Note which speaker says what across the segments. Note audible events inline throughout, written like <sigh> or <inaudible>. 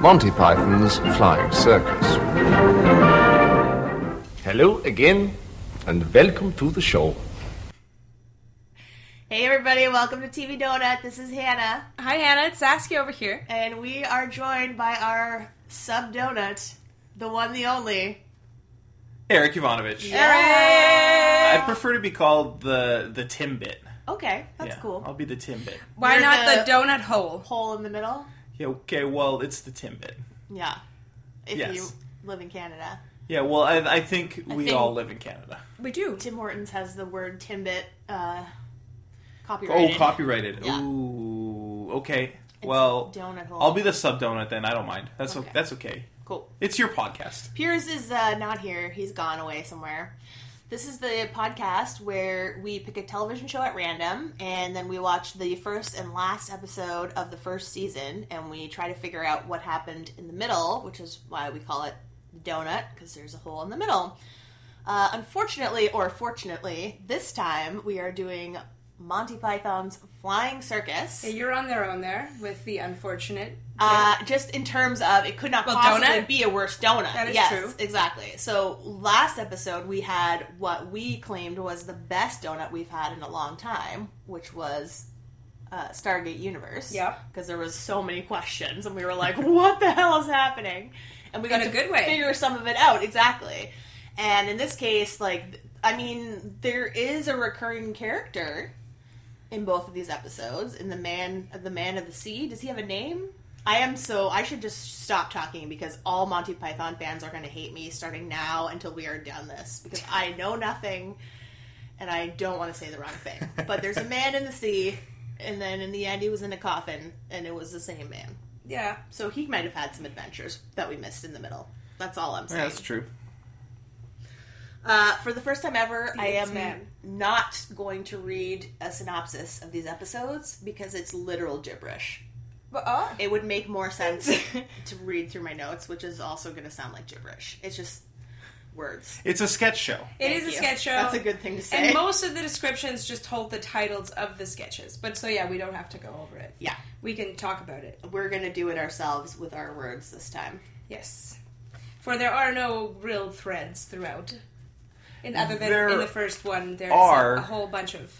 Speaker 1: Monty Python's Flying Circus.
Speaker 2: Hello again, and welcome to the show.
Speaker 3: Hey everybody, welcome to TV Donut. This is Hannah,
Speaker 4: Hi, Hannah. It's Saskia over here.
Speaker 3: and we are joined by our sub donut, the one, the only.
Speaker 5: Eric Ivanovich. I prefer to be called the the Timbit.
Speaker 3: Okay, that's
Speaker 5: Yeah,
Speaker 3: cool.
Speaker 5: I'll be the Timbit.
Speaker 4: Why
Speaker 3: We're
Speaker 4: not
Speaker 3: the-
Speaker 4: the, donut hole?
Speaker 3: Hole in the middle.
Speaker 5: Yeah, okay, well, it's the Timbit.
Speaker 3: Yeah, if
Speaker 5: Yes.
Speaker 3: you live in Canada,
Speaker 5: Yeah, well, I, I think we
Speaker 4: think-
Speaker 5: all live in Canada.
Speaker 4: We do.
Speaker 3: Tim Hortons has the word timbit uh,
Speaker 5: Oh,
Speaker 3: copyrighted.
Speaker 5: copyrighted.
Speaker 3: Yeah.
Speaker 5: Ooh, okay. well,
Speaker 3: donut hole.
Speaker 5: I'll be the sub donut then. I don't mind. That's okay.
Speaker 3: Okay.
Speaker 5: that's okay.
Speaker 3: cool.
Speaker 5: It's your podcast.
Speaker 3: Piers is uh, not here. He's gone away somewhere. This is the podcast where we pick a television show at random and then we watch the first and last episode of the first season and we try to figure out what happened in the middle, which is why we call it donut because there's a hole in the middle. Uh, unfortunately, or fortunately, this time we are doing Monty Python's Flying Circus.
Speaker 4: Hey, you're on their own there with the unfortunate.
Speaker 3: Uh, just in terms of it could not
Speaker 4: Well,
Speaker 3: possibly
Speaker 4: donut?
Speaker 3: be a worse donut.
Speaker 4: That is
Speaker 3: yes,
Speaker 4: true.
Speaker 3: exactly. So last episode we had what we claimed was the best donut we've had in a long time, which was uh, Stargate Universe.
Speaker 4: Yep.
Speaker 3: Because there was so many questions, and we were like, <laughs> "What the hell is happening?" And we
Speaker 4: In
Speaker 3: got to
Speaker 4: a good way.
Speaker 3: figure some of it out exactly. And in this case, like, I mean, there is a recurring character in both of these episodes in the man the man of the sea does he have a name i am so i should just stop talking because all monty python fans are going to hate me starting now until we are done this because i know nothing and i don't want to say the wrong thing but there's a man in the sea and then in the end he was in a coffin and it was the same man
Speaker 4: Yeah.
Speaker 3: so he might have had some adventures that we missed in the middle that's all i'm saying
Speaker 5: Yeah, that's true.
Speaker 3: uh, for the first time ever, I am
Speaker 4: X-Men.
Speaker 3: not going to read a synopsis of these episodes because it's literal gibberish.
Speaker 4: But, oh,
Speaker 3: It would make more sense <laughs> to read through my notes, which is also going to sound like gibberish. It's just words.
Speaker 5: It's a sketch show.
Speaker 4: it
Speaker 3: Thank
Speaker 4: is a
Speaker 3: you.
Speaker 4: sketch show.
Speaker 3: That's a good thing to say.
Speaker 4: And most of the descriptions just hold the titles of the sketches. But so, yeah, we don't have to go over it.
Speaker 3: yeah,
Speaker 4: We can talk about it.
Speaker 3: we're going to do it ourselves with our words this time.
Speaker 4: Yes. For there are no real threads throughout. And other than
Speaker 5: There
Speaker 4: in the first one, there's
Speaker 5: are-
Speaker 4: a whole bunch of.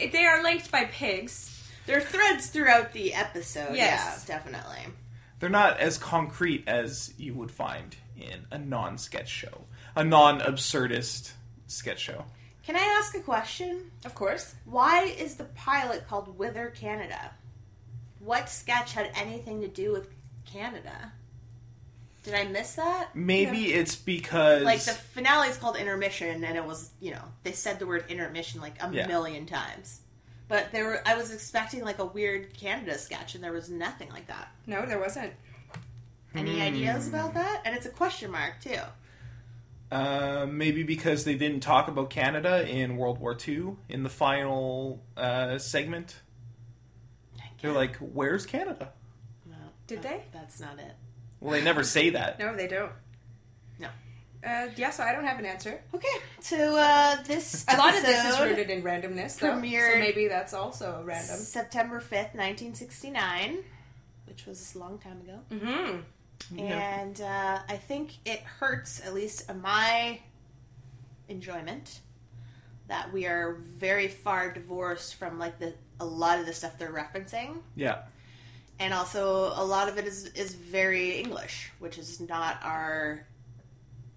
Speaker 4: They are linked by pigs.
Speaker 3: There are threads throughout the episode.
Speaker 4: Yes.
Speaker 3: Yeah, definitely.
Speaker 5: They're not as concrete as you would find in a non-sketch show, a non-absurdist sketch show.
Speaker 3: Can I ask a question?
Speaker 4: Of course.
Speaker 3: Why is the pilot called Wither Canada? What sketch had anything to do with Canada? Did I miss that?
Speaker 5: Maybe it's because
Speaker 3: Like the finale is called Intermission, and it was you know they said the word intermission like a
Speaker 5: Yeah.
Speaker 3: million times, but there were I was expecting like a weird Canada sketch, and there was nothing like that.
Speaker 4: No, there wasn't.
Speaker 3: Any ideas about that? And it's a question mark too.
Speaker 5: Uh, maybe because they didn't talk about Canada in World War II in the final uh, segment. They're like, "Where's Canada?"
Speaker 3: No,
Speaker 4: Did
Speaker 3: no,
Speaker 4: they?
Speaker 3: That's not it.
Speaker 5: Well, they never say
Speaker 3: <laughs>
Speaker 5: that.
Speaker 4: No, they don't.
Speaker 3: No.
Speaker 4: Uh, yeah, so I don't have an answer.
Speaker 3: Okay, so uh, this
Speaker 4: <laughs> A lot of this is
Speaker 3: episode-
Speaker 4: rooted in randomness, though.
Speaker 3: premiered-
Speaker 4: So maybe that's also random.
Speaker 3: September 5th, 1969, which was a long time ago.
Speaker 4: hmm
Speaker 5: Yeah.
Speaker 3: And uh, I think it hurts, at least uh, my enjoyment, that we are very far divorced from like the a lot of the stuff they're referencing.
Speaker 5: Yeah.
Speaker 3: And also a lot of it is is very English, which is not our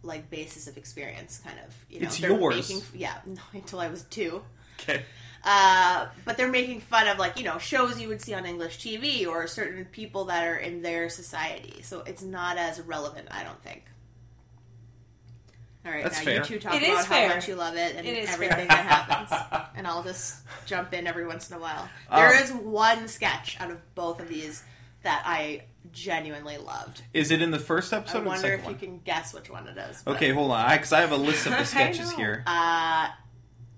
Speaker 3: like basis of experience kind of, you know.
Speaker 5: It's
Speaker 3: they're
Speaker 5: yours.
Speaker 3: making- yeah, <laughs> until I was 2.
Speaker 5: Okay.
Speaker 3: Uh, but they're making fun of like you know shows you would see on English TV or certain people that are in their society. So it's not as relevant, I don't think. All right,
Speaker 5: That's
Speaker 3: now you
Speaker 5: fair.
Speaker 3: two talk
Speaker 4: It
Speaker 3: about
Speaker 4: is fair.
Speaker 3: how much you love it and
Speaker 4: It is
Speaker 3: everything
Speaker 4: fair.
Speaker 3: that
Speaker 4: <laughs>
Speaker 3: happens, and I'll just jump in every once in a while. There
Speaker 5: Um,
Speaker 3: is one sketch out of both of these that I genuinely loved.
Speaker 5: Is it in the first episode
Speaker 3: I
Speaker 5: or the
Speaker 3: wonder
Speaker 5: second
Speaker 3: if
Speaker 5: one? <laughs>
Speaker 3: you can guess which one it is. but, <laughs>
Speaker 5: Okay, hold on, because I, have a list of
Speaker 4: I
Speaker 5: the sketches
Speaker 4: know.
Speaker 5: here.
Speaker 3: Uh,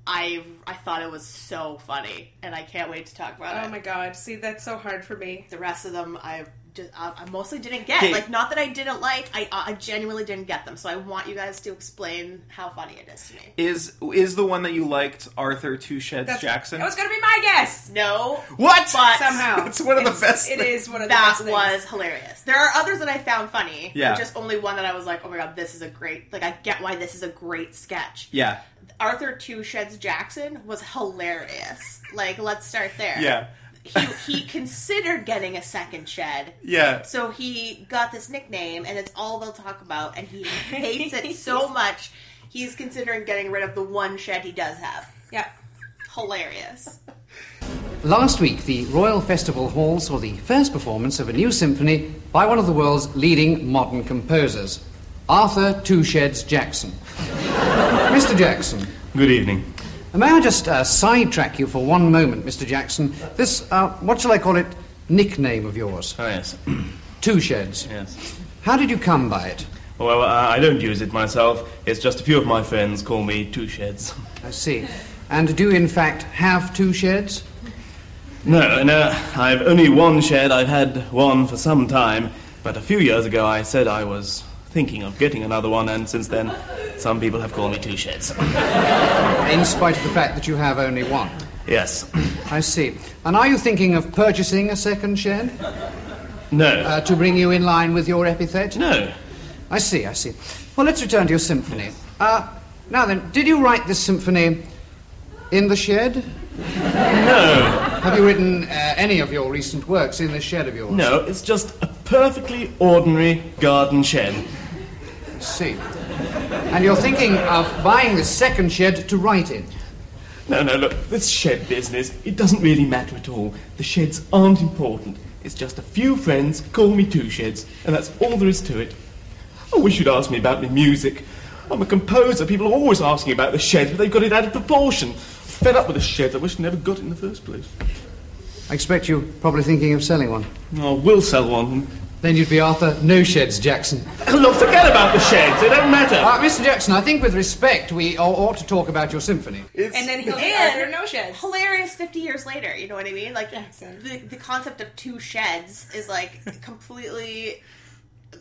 Speaker 3: I I thought it was so funny, and I can't wait to talk about it.
Speaker 4: Oh my god. See, that's so hard for me.
Speaker 3: the rest of them I just I, I mostly didn't get.
Speaker 5: Okay.
Speaker 3: Like not that I didn't like, I I genuinely didn't get them. So I want you guys to explain how funny it is to me.
Speaker 5: Is is the one that you liked Arthur Two Sheds
Speaker 4: That's,
Speaker 5: Jackson?
Speaker 4: That was going to be my guess.
Speaker 3: No,
Speaker 5: what? <laughs>
Speaker 3: But-
Speaker 4: Somehow.
Speaker 5: It's one of the best
Speaker 4: It
Speaker 5: things.
Speaker 4: is one of the
Speaker 3: that
Speaker 4: best things.
Speaker 3: was hilarious. There are others that I found funny.
Speaker 5: Yeah.
Speaker 3: but Just only one that I was like, oh my god, this is a great. Like I get why this is a great sketch.
Speaker 5: yeah,
Speaker 3: Arthur Two Sheds Jackson was hilarious. like let's start there.
Speaker 5: yeah,
Speaker 3: He he considered getting a second shed.
Speaker 5: yeah.
Speaker 3: So he got this nickname, and it's all they'll talk about, and he hates it so much, he's considering getting rid of the one shed he does have.
Speaker 4: Yeah.
Speaker 3: Hilarious.
Speaker 6: Last week, the Royal Festival Hall saw the first performance of a new symphony by one of the world's leading modern composers, Arthur Two Sheds Jackson. <laughs> Mr. Jackson,
Speaker 7: Good evening.
Speaker 6: may I just uh, sidetrack you for one moment, Mr. Jackson? This, uh, what shall I call it, nickname of yours,
Speaker 7: Oh, yes.
Speaker 6: Two Sheds.
Speaker 7: yes.
Speaker 6: How did you come by it?
Speaker 7: Well, uh, I I don't use it myself. It's just a few of my friends call me Two Sheds.
Speaker 6: I see. And do you, in fact, have two sheds?
Speaker 7: No, no, I've only one shed. I've had one for some time. But a few years ago, I said I was thinking of getting another one, and since then, some people have called me Two Sheds.
Speaker 6: In spite of the fact that you have only one.
Speaker 7: Yes.
Speaker 6: I see. And are you thinking of purchasing a second shed?
Speaker 7: No.
Speaker 6: Uh, to bring you in line with your epithet?
Speaker 7: No.
Speaker 6: I see, I see. Well, let's return to your symphony. Uh, now then, did you write this symphony in the shed?
Speaker 7: No.
Speaker 6: Have you written uh, any of your recent works in this shed of yours?
Speaker 7: No, it's just a perfectly ordinary garden shed.
Speaker 6: I see. And you're thinking of buying this second shed to write in?
Speaker 7: No, no, look, this shed business, it doesn't really matter at all. The sheds aren't important. It's just a few friends call me two sheds, and that's all there is to it. I wish you'd ask me about my music. I'm a composer. People are always asking about the sheds, but they've got it out of proportion. Fed up with the sheds. I wish I never got it in the first place.
Speaker 6: I expect you're probably thinking of selling one.
Speaker 7: Oh, we'll sell one.
Speaker 6: Then you'd be Arthur No Sheds Jackson.
Speaker 7: Look, forget about the sheds. They don't matter.
Speaker 6: Uh, Mr. Jackson, I think with respect, we o- ought to talk about your symphony.
Speaker 4: And then he'll be
Speaker 3: And-
Speaker 4: Arthur No Sheds.
Speaker 3: Hilarious 50 years later, you know what I mean? Like,
Speaker 4: Jackson.
Speaker 3: the, the concept of two sheds is like completely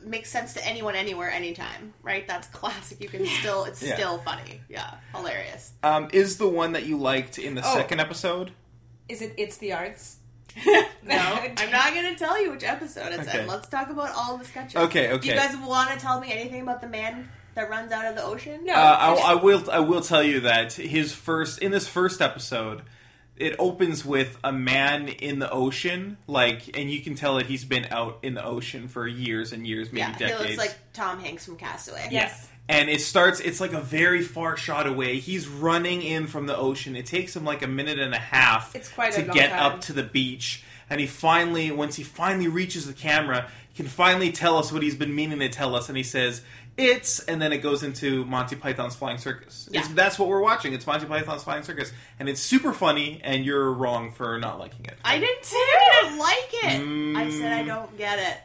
Speaker 3: makes sense to anyone, anywhere, anytime, right? That's classic. You can still, it's
Speaker 5: Yeah.
Speaker 3: still funny. Yeah. Hilarious.
Speaker 5: Um, is the one that you liked in
Speaker 4: Oh.
Speaker 5: the second episode?
Speaker 4: Is it It's the Arts?
Speaker 3: <laughs>
Speaker 4: <laughs>
Speaker 3: No,
Speaker 5: <laughs>
Speaker 3: I'm not going to tell you which episode it's
Speaker 5: Okay.
Speaker 3: in. Let's talk about all the sketches.
Speaker 5: Okay, okay.
Speaker 3: Do you guys want to tell me anything about the man that runs out of the ocean?
Speaker 4: No.
Speaker 5: Uh, I, I will. I will tell you that his first in this first episode, it opens with a man in the ocean, like, and you can tell that he's been out in the ocean for years and years, maybe
Speaker 3: Yeah, he
Speaker 5: decades.
Speaker 3: looks like Tom Hanks from Castaway.
Speaker 4: Yes.
Speaker 5: and it starts. It's like a very far shot away. He's running in from the ocean. It takes him like a minute and a half
Speaker 4: It's quite
Speaker 5: to
Speaker 4: a long
Speaker 5: get
Speaker 4: time.
Speaker 5: up to the beach. And he finally, once he finally reaches the camera, he can finally tell us what he's been meaning to tell us. And he says, "It's," and then it goes into Monty Python's Flying Circus. It's-
Speaker 3: Yeah.
Speaker 5: that's what we're watching. It's Monty Python's Flying Circus, and it's super funny. And you're wrong for not liking it.
Speaker 3: I didn't say I didn't like it. I said
Speaker 5: Mm.
Speaker 3: I don't get it.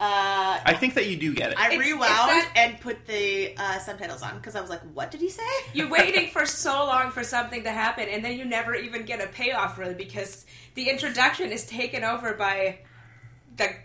Speaker 3: Uh,
Speaker 5: I think that you do get it.
Speaker 3: I
Speaker 4: It's- it's
Speaker 3: rewound
Speaker 4: that-
Speaker 3: and put the uh, subtitles on because I was like, "What did he say?"
Speaker 4: You're waiting for so long for something to happen, and then you never even get a payoff, really, because the introduction is taken over by the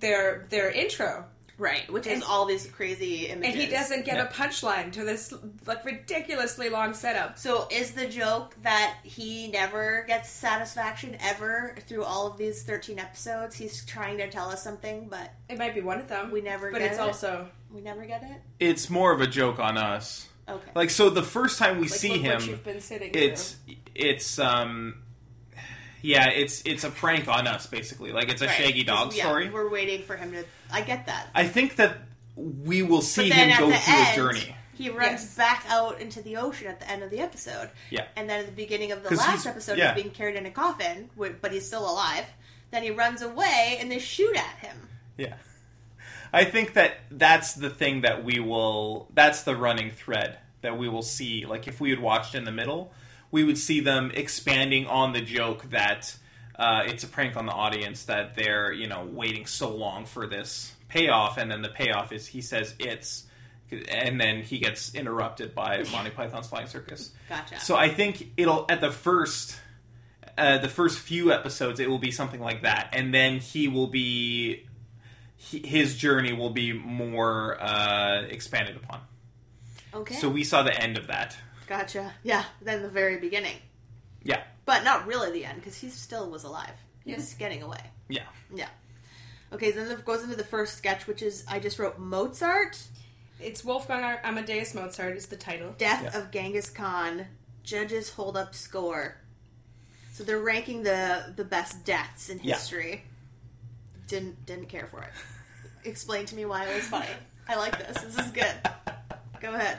Speaker 4: their their intro,
Speaker 3: right, which is
Speaker 4: And-
Speaker 3: all these crazy images.
Speaker 4: and he doesn't get a punchline to this like ridiculously long setup.
Speaker 3: So is the joke that he never gets satisfaction ever through all of these thirteen episodes? He's trying to tell us something, but
Speaker 4: It might be one of them.
Speaker 3: We never
Speaker 4: but
Speaker 3: get
Speaker 4: it's
Speaker 3: it.
Speaker 4: also
Speaker 3: we never get it.
Speaker 5: It's more of a joke on us.
Speaker 3: Okay.
Speaker 5: Like so, the first time we
Speaker 4: like,
Speaker 5: see
Speaker 4: look
Speaker 5: him,
Speaker 4: what you've been sitting
Speaker 5: it's it's um yeah it's it's a prank on us basically like it's a
Speaker 3: Right.
Speaker 5: shaggy dog
Speaker 3: Yeah,
Speaker 5: story
Speaker 3: We're waiting for him to. I get that.
Speaker 5: i think that we will see
Speaker 3: then
Speaker 5: him
Speaker 3: at
Speaker 5: go
Speaker 3: the
Speaker 5: through
Speaker 3: end,
Speaker 5: a journey
Speaker 3: He runs
Speaker 4: Yes.
Speaker 3: back out into the ocean at the end of the episode.
Speaker 5: Yeah.
Speaker 3: And then at the beginning of the
Speaker 5: 'Cause
Speaker 3: last
Speaker 5: he's-
Speaker 3: episode,
Speaker 5: yeah.
Speaker 3: he's being carried in a coffin, wi- but he's still alive. Then he runs away and they shoot at him.
Speaker 5: yeah i think that that's the thing that we will that's the running thread that we will see like if we had watched in the middle we would see them expanding on the joke that uh, it's a prank on the audience that they're you know waiting so long for this payoff and then the payoff is he says it's and then he gets interrupted by Monty Python's Flying Circus.
Speaker 3: Gotcha.
Speaker 5: So I think it'll at the first, uh, the first few episodes, it will be something like that, and then he will be, he, his journey will be more uh, expanded upon.
Speaker 3: Okay.
Speaker 5: So we saw the end of that.
Speaker 3: gotcha. Yeah, then the very beginning.
Speaker 5: Yeah,
Speaker 3: But not really the end, because he still was alive. He was getting away.
Speaker 5: yeah.
Speaker 3: Yeah. Okay, then it goes into the first sketch, which is I just wrote Mozart,
Speaker 4: It's Wolfgang Amadeus Mozart is the title.
Speaker 3: Death
Speaker 5: Yeah.
Speaker 3: of Genghis Khan, Judges Hold Up Score. So they're ranking the the best deaths in
Speaker 5: Yeah.
Speaker 3: history. Didn't didn't care for it. Explain to me why it was funny. I like this. This is good. Go ahead.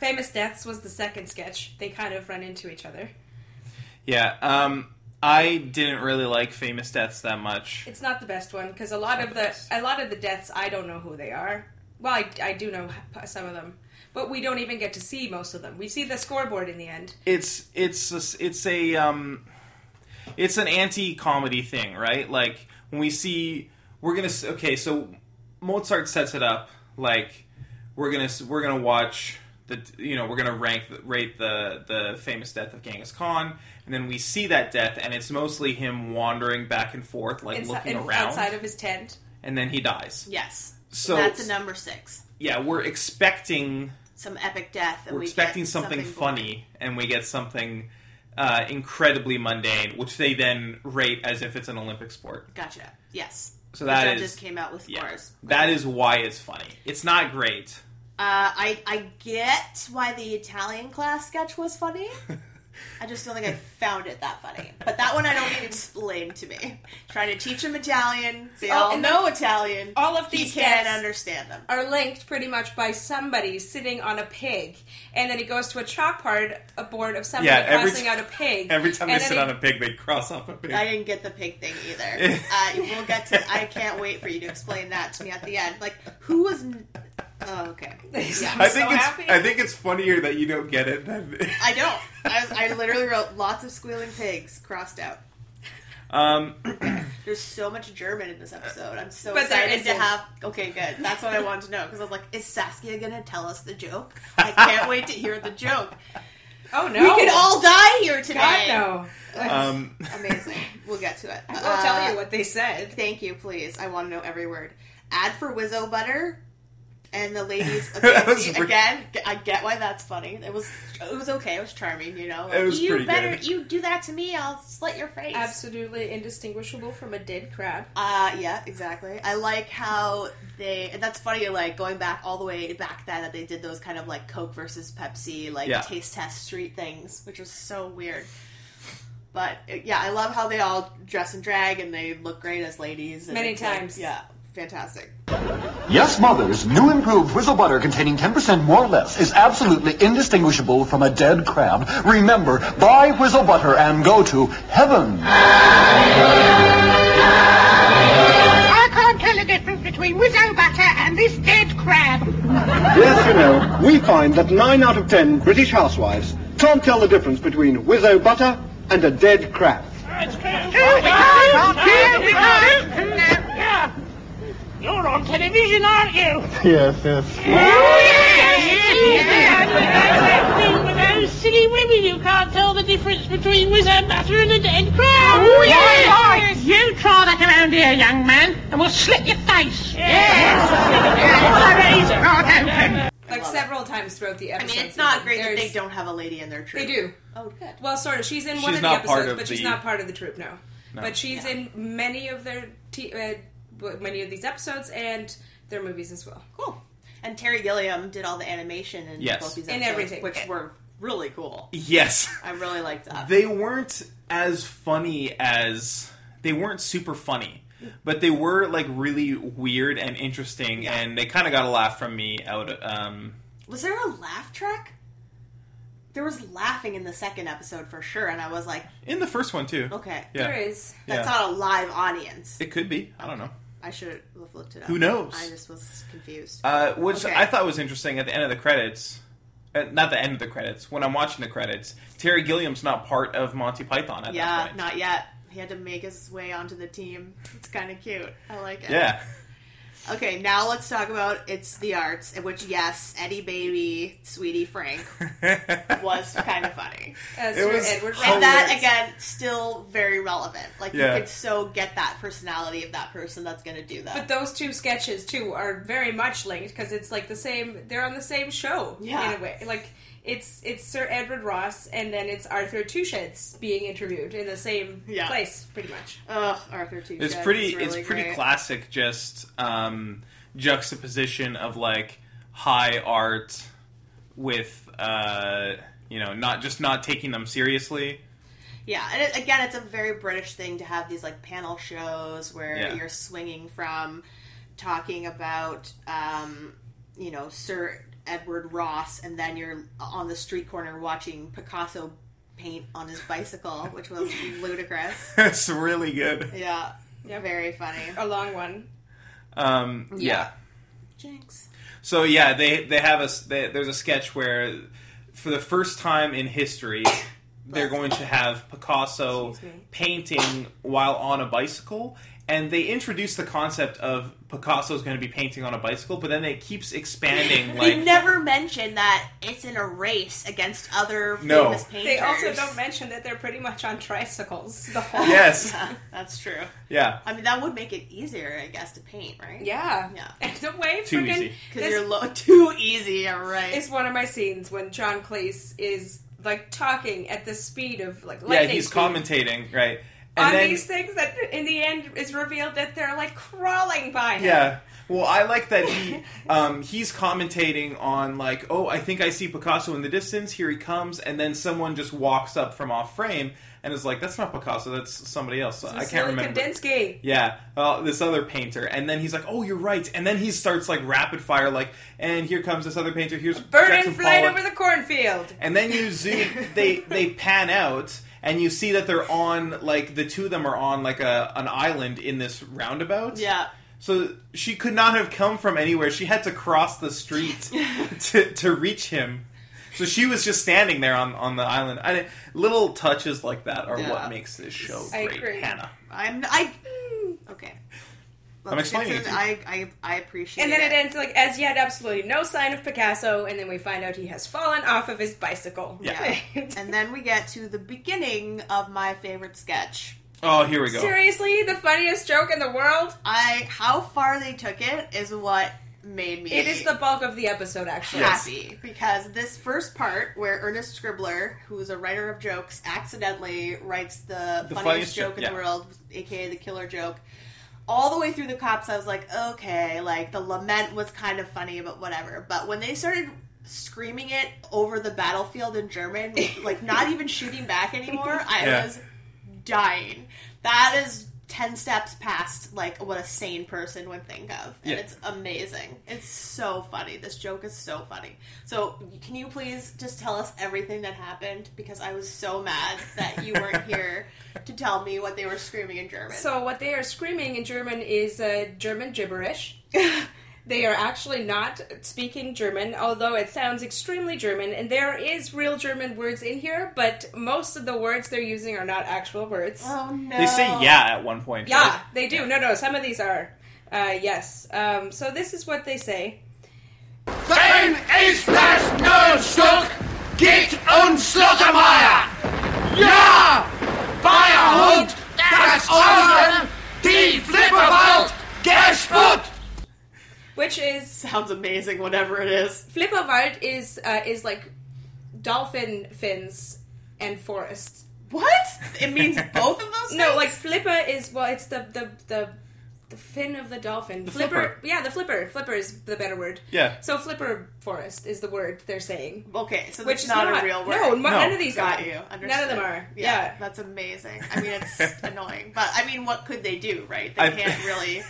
Speaker 4: Famous Deaths was the second sketch. They kind of run into each other.
Speaker 5: Yeah, um, I didn't really like Famous Deaths that much.
Speaker 4: It's not the best one because a lot of the a lot of the deaths I don't know who they are. Well, I, I do know h- some of them, but we don't even get to see most of them. We see the scoreboard in the end.
Speaker 5: It's it's a, it's a um, it's an anti-comedy thing, right? Like when we see we're gonna s- okay, so Mozart sets it up like we're gonna s- we're gonna watch the you know we're gonna rank the- rate the the famous death of Genghis Khan, and then we see that death, and it's mostly him wandering back and forth, like
Speaker 4: Inside,
Speaker 5: looking
Speaker 4: in-
Speaker 5: around,
Speaker 4: outside of his tent.
Speaker 5: and then he dies.
Speaker 3: Yes.
Speaker 5: So-
Speaker 3: that's a number six.
Speaker 5: Yeah, we're expecting
Speaker 3: Some epic death. And
Speaker 5: we're
Speaker 3: we
Speaker 5: expecting
Speaker 3: get
Speaker 5: something,
Speaker 3: boring.
Speaker 5: funny and we get something uh, incredibly mundane which they then rate as if it's an olympic sport
Speaker 3: Gotcha. Yes.
Speaker 5: So that
Speaker 3: the
Speaker 5: is-
Speaker 3: judges came out with
Speaker 5: yeah
Speaker 3: scores.
Speaker 5: that is why it's funny it's not great
Speaker 3: Uh, I I get why the Italian class sketch was funny. I just don't think I found it that funny. But that one I don't need explained to me. Trying to teach him Italian. They
Speaker 4: Oh,
Speaker 3: all
Speaker 4: and
Speaker 3: know Italian.
Speaker 4: all of
Speaker 3: he
Speaker 4: these
Speaker 3: can't
Speaker 4: deaths-
Speaker 3: understand them.
Speaker 4: are linked pretty much by somebody sitting on a pig, and then it goes to a chalkboard a board of somebody
Speaker 5: Yeah, every
Speaker 4: crossing
Speaker 5: t-
Speaker 4: out a pig.
Speaker 5: every time
Speaker 4: and then
Speaker 5: they sit
Speaker 4: it- <laughs>
Speaker 5: on a pig they cross off a pig
Speaker 3: I didn't get the pig thing either. uh, we'll get to. I can't wait for you to explain that to me at the end. Like who was? n- Oh, okay. Yeah.
Speaker 4: I'm so happy.
Speaker 5: think it's funnier that you don't get it than
Speaker 3: I don't. I, was, I literally wrote lots of squealing pigs crossed out.
Speaker 5: um
Speaker 3: <clears throat> There's so much German in this episode. I'm so
Speaker 4: But there
Speaker 3: excited to
Speaker 4: isn't.
Speaker 3: have. Okay, good. That's what I wanted to know because I was like, is Saskia gonna tell us the joke? I can't wait to hear the joke.
Speaker 4: <laughs> Oh no!
Speaker 3: We could all die here today.
Speaker 4: God no!
Speaker 5: um
Speaker 3: Amazing. We'll get to it.
Speaker 4: I will
Speaker 3: Uh,
Speaker 4: tell you what they said.
Speaker 3: Thank you, please. I want to know every word. Ad for Wizzo butter. And the
Speaker 5: <laughs>
Speaker 3: ladies okay,
Speaker 5: That was
Speaker 3: see,
Speaker 5: weird.
Speaker 3: again. g- I get why that's funny. It was it was okay. It was charming, you know. Like,
Speaker 5: It was
Speaker 3: you
Speaker 5: pretty
Speaker 3: better
Speaker 5: good.
Speaker 3: you do that to me, I'll slit your face.
Speaker 4: Absolutely indistinguishable from a dead crab.
Speaker 3: Uh, yeah, exactly. I like how they, and that's funny, like going back all the way back then that they did those kind of like Coke versus Pepsi, like
Speaker 5: Yeah.
Speaker 3: taste test street things, which was so weird. But uh, yeah, I love how they all dress in drag and they look great as ladies. and
Speaker 4: Many
Speaker 3: it's like,
Speaker 4: times.
Speaker 3: yeah, fantastic.
Speaker 8: Yes, Mother's new improved Whizzle Butter containing 10% more or less is absolutely indistinguishable from a dead crab. Remember, buy Whizzle Butter and go to heaven.
Speaker 9: I can't tell the difference between Wizzo butter and this dead crab.
Speaker 8: Yes, you know, we find that 9 out of 10 British housewives can't tell the difference between Whizzo Butter and a dead crab.
Speaker 9: You're on television, aren't you?
Speaker 8: Yes, yes.
Speaker 9: Those silly women who can't tell the difference between wizard butter and a dead crab. Oh, yes. You try that around here, young man, and we'll slit your face. Yes.
Speaker 4: Like several times throughout the
Speaker 3: I
Speaker 4: episode.
Speaker 3: mean, it's not great that
Speaker 4: There's-
Speaker 3: they don't have a lady in their troupe.
Speaker 4: They do.
Speaker 3: Oh, good.
Speaker 4: Well, sort of. She's in one
Speaker 5: She's
Speaker 4: of the
Speaker 5: not part
Speaker 4: episodes,
Speaker 5: of
Speaker 4: but she's
Speaker 5: the-
Speaker 4: not part of the troupe. No, but she's in many of their t- uh, w- many of these episodes and their movies as well.
Speaker 3: Cool. And Terry Gilliam did all the animation in
Speaker 5: Yes.
Speaker 3: both these
Speaker 4: And
Speaker 3: episodes,
Speaker 4: everything.
Speaker 3: which were really cool.
Speaker 5: yes
Speaker 3: I really liked that.
Speaker 5: they weren't as funny as they weren't super funny but they were like really weird and interesting and they kind of got a laugh from me out um
Speaker 3: Was there a laugh track? There was laughing in the second episode for sure, and I was like,
Speaker 5: in the first one too
Speaker 3: okay,
Speaker 5: yeah
Speaker 4: There is.
Speaker 3: that's
Speaker 5: Yeah.
Speaker 3: not a live audience.
Speaker 5: it could be i don't know
Speaker 3: I should have looked it up.
Speaker 5: Who knows?
Speaker 3: I just was confused.
Speaker 5: uh which
Speaker 3: Okay.
Speaker 5: i thought was interesting at the end of the credits uh, not the end of the credits when i'm watching the credits terry gilliam's not part of monty python at that
Speaker 3: yeah,
Speaker 5: point
Speaker 3: not yet. He had to make his way onto the team. It's kind of cute. I like it.
Speaker 5: yeah
Speaker 3: Okay, now let's talk about it's the arts, in which yes, Eddie Baby, Sweetie
Speaker 5: <laughs>
Speaker 3: Frank was kind of funny,
Speaker 4: As
Speaker 5: It
Speaker 4: Sir
Speaker 5: was
Speaker 4: Edward
Speaker 5: hilarious.
Speaker 4: Fenton.
Speaker 3: and that again still very relevant. Like
Speaker 5: Yeah.
Speaker 3: you could so get that personality of that person that's going to do that.
Speaker 4: But those two sketches too are very much linked because it's like the same. They're on the same show
Speaker 3: Yeah.
Speaker 4: in a way. Like it's it's Sir Edward Ross and then it's Arthur Touchett's being interviewed in the same
Speaker 3: Yeah. Uh,
Speaker 4: place, pretty much.
Speaker 3: Ugh, Arthur T.
Speaker 5: It's
Speaker 3: Shedd
Speaker 5: pretty.
Speaker 3: is really
Speaker 5: it's pretty
Speaker 3: great.
Speaker 5: classic. Just um, juxtaposition of like high art with uh, you know not just not taking them seriously. <laughs>
Speaker 3: Yeah, and it, again, it's a very British thing to have these like panel shows where
Speaker 5: Yeah.
Speaker 3: you're swinging from talking about, um, you know, Sir Edward Ross, and then you're on the street corner watching Picasso paint on his bicycle, which
Speaker 5: <laughs>
Speaker 3: was ludicrous.
Speaker 5: it's really good.
Speaker 3: Yeah, very funny.
Speaker 4: A long one.
Speaker 5: Um, yeah.
Speaker 3: Jinx.
Speaker 5: So yeah, they they have a s- they, there's a sketch where for the first time in history they're going to have Picasso
Speaker 4: Excuse me.
Speaker 5: painting while on a bicycle and they introduce the concept of Picasso's going to be painting on a bicycle but then it keeps
Speaker 4: <laughs>
Speaker 5: expanding like
Speaker 3: They never mention that it's in a race against other
Speaker 5: No.
Speaker 3: famous painters.
Speaker 4: They also don't mention that they're pretty much on tricycles the whole.
Speaker 5: yes.
Speaker 3: That's true.
Speaker 5: Yeah.
Speaker 3: I mean, that would make it easier, I guess, to paint, right?
Speaker 4: Yeah. <laughs>
Speaker 3: Yeah.
Speaker 4: And the way
Speaker 5: Too
Speaker 4: freaking
Speaker 5: easy.
Speaker 3: Because
Speaker 4: this
Speaker 3: you're low, <laughs> too easy, yeah, right?
Speaker 4: is one of my scenes when John Cleese is like talking at the speed of like
Speaker 5: Yeah,
Speaker 4: lightning
Speaker 5: he's
Speaker 4: speed.
Speaker 5: commentating, right? And
Speaker 4: on
Speaker 5: then
Speaker 4: these things that in the end is revealed that they're like crawling by him.
Speaker 5: Yeah. Well, I like that he um, he's commentating on like, oh, I think I see Picasso in the distance. Here he comes, and then someone just walks up from off frame and is like, that's not Picasso, that's somebody else. I can't
Speaker 4: Vasily
Speaker 5: remember.
Speaker 4: Kandinsky.
Speaker 5: Yeah, uh, this other painter, and then he's like, "Oh, you're right," and then he starts like rapid fire, like, "And here comes this other painter. Here's
Speaker 4: Bird in
Speaker 5: Jackson
Speaker 4: flight
Speaker 5: Pollock."
Speaker 4: over the cornfield.
Speaker 5: And then you zoom, they they pan out, and you see that they're on like the two of them are on like a an island in this roundabout.
Speaker 3: yeah.
Speaker 5: So she could not have come from anywhere. She had to cross the
Speaker 4: <laughs>
Speaker 5: street to, to reach him. So she was just standing there on, on the island. I, little touches like that are
Speaker 3: Yeah.
Speaker 5: what makes this show
Speaker 4: I
Speaker 5: great,
Speaker 4: agree.
Speaker 5: Hannah.
Speaker 3: I'm I okay. Let's-
Speaker 5: explaining
Speaker 3: it's
Speaker 5: it
Speaker 3: an- I, I I appreciate.
Speaker 4: And then
Speaker 3: it
Speaker 4: it ends like as yet absolutely no sign of Picasso, and then we find out he has fallen off of his bicycle. <laughs>
Speaker 5: Yeah.
Speaker 3: and then we get to the beginning of my favorite sketch.
Speaker 5: Oh, here we go.
Speaker 4: Seriously, the funniest joke in the world.
Speaker 3: I how far they took it is what made me.
Speaker 4: It is the bulk of the episode, actually.
Speaker 3: happy because this first part where Ernest Scribbler, who is a writer of jokes, accidentally writes the, funniest,
Speaker 5: funniest
Speaker 3: joke
Speaker 5: joke,
Speaker 3: in
Speaker 5: yeah.
Speaker 3: the world, aka the killer joke. All the way through the cops, I was like, okay, like the lament was kind of funny, but whatever. But when they started screaming it over the battlefield in
Speaker 5: <laughs>
Speaker 3: German, like not even shooting back anymore, I
Speaker 5: Yeah.
Speaker 3: was dying. That is ten steps past like what a sane person would think of, and
Speaker 5: Yeah.
Speaker 3: it's amazing. It's so funny. This joke is so funny. So, can you please just tell us everything that happened? Because I was so mad that you
Speaker 4: <laughs>
Speaker 3: weren't here to tell me what they were screaming in German.
Speaker 4: So what they are screaming in German is uh, German gibberish. they are actually not speaking German, although it sounds extremely German, and there is real German words in here, but most of the words they're using are not actual words.
Speaker 3: oh no,
Speaker 5: They say yeah at one point.
Speaker 4: Yeah,
Speaker 5: right?
Speaker 4: they do. No, no, some of these are. Uh, yes. Um, so this is what they say.
Speaker 9: Wem ist das Nullstück? Geht uns Slottermeier! Ja! Bayerhund, das Ohren, die Flipperwald, Gesput!
Speaker 4: Which is
Speaker 3: sounds amazing. Whatever it is,
Speaker 4: Flipperwald is uh, is like dolphin fins and forest.
Speaker 3: what it
Speaker 4: <laughs>
Speaker 3: means? Both of those?
Speaker 4: No,
Speaker 3: things?
Speaker 4: like flipper is well, it's the the the, the fin of the dolphin.
Speaker 5: flipper.
Speaker 4: yeah, the flipper. Flipper is the better word.
Speaker 5: Yeah.
Speaker 4: So flipper forest is the word they're saying,
Speaker 3: okay, so
Speaker 4: which
Speaker 3: that's
Speaker 4: is
Speaker 3: not,
Speaker 4: not,
Speaker 3: a real word.
Speaker 4: No, mo-
Speaker 5: No.
Speaker 4: none of these
Speaker 3: Got
Speaker 4: are.
Speaker 3: you.
Speaker 4: None of
Speaker 3: Understood.
Speaker 4: them are. yeah.
Speaker 3: that's amazing. I mean, it's
Speaker 4: <laughs>
Speaker 3: annoying, but I mean, what could they do, right? They
Speaker 5: I-
Speaker 3: can't
Speaker 4: <laughs>
Speaker 3: really.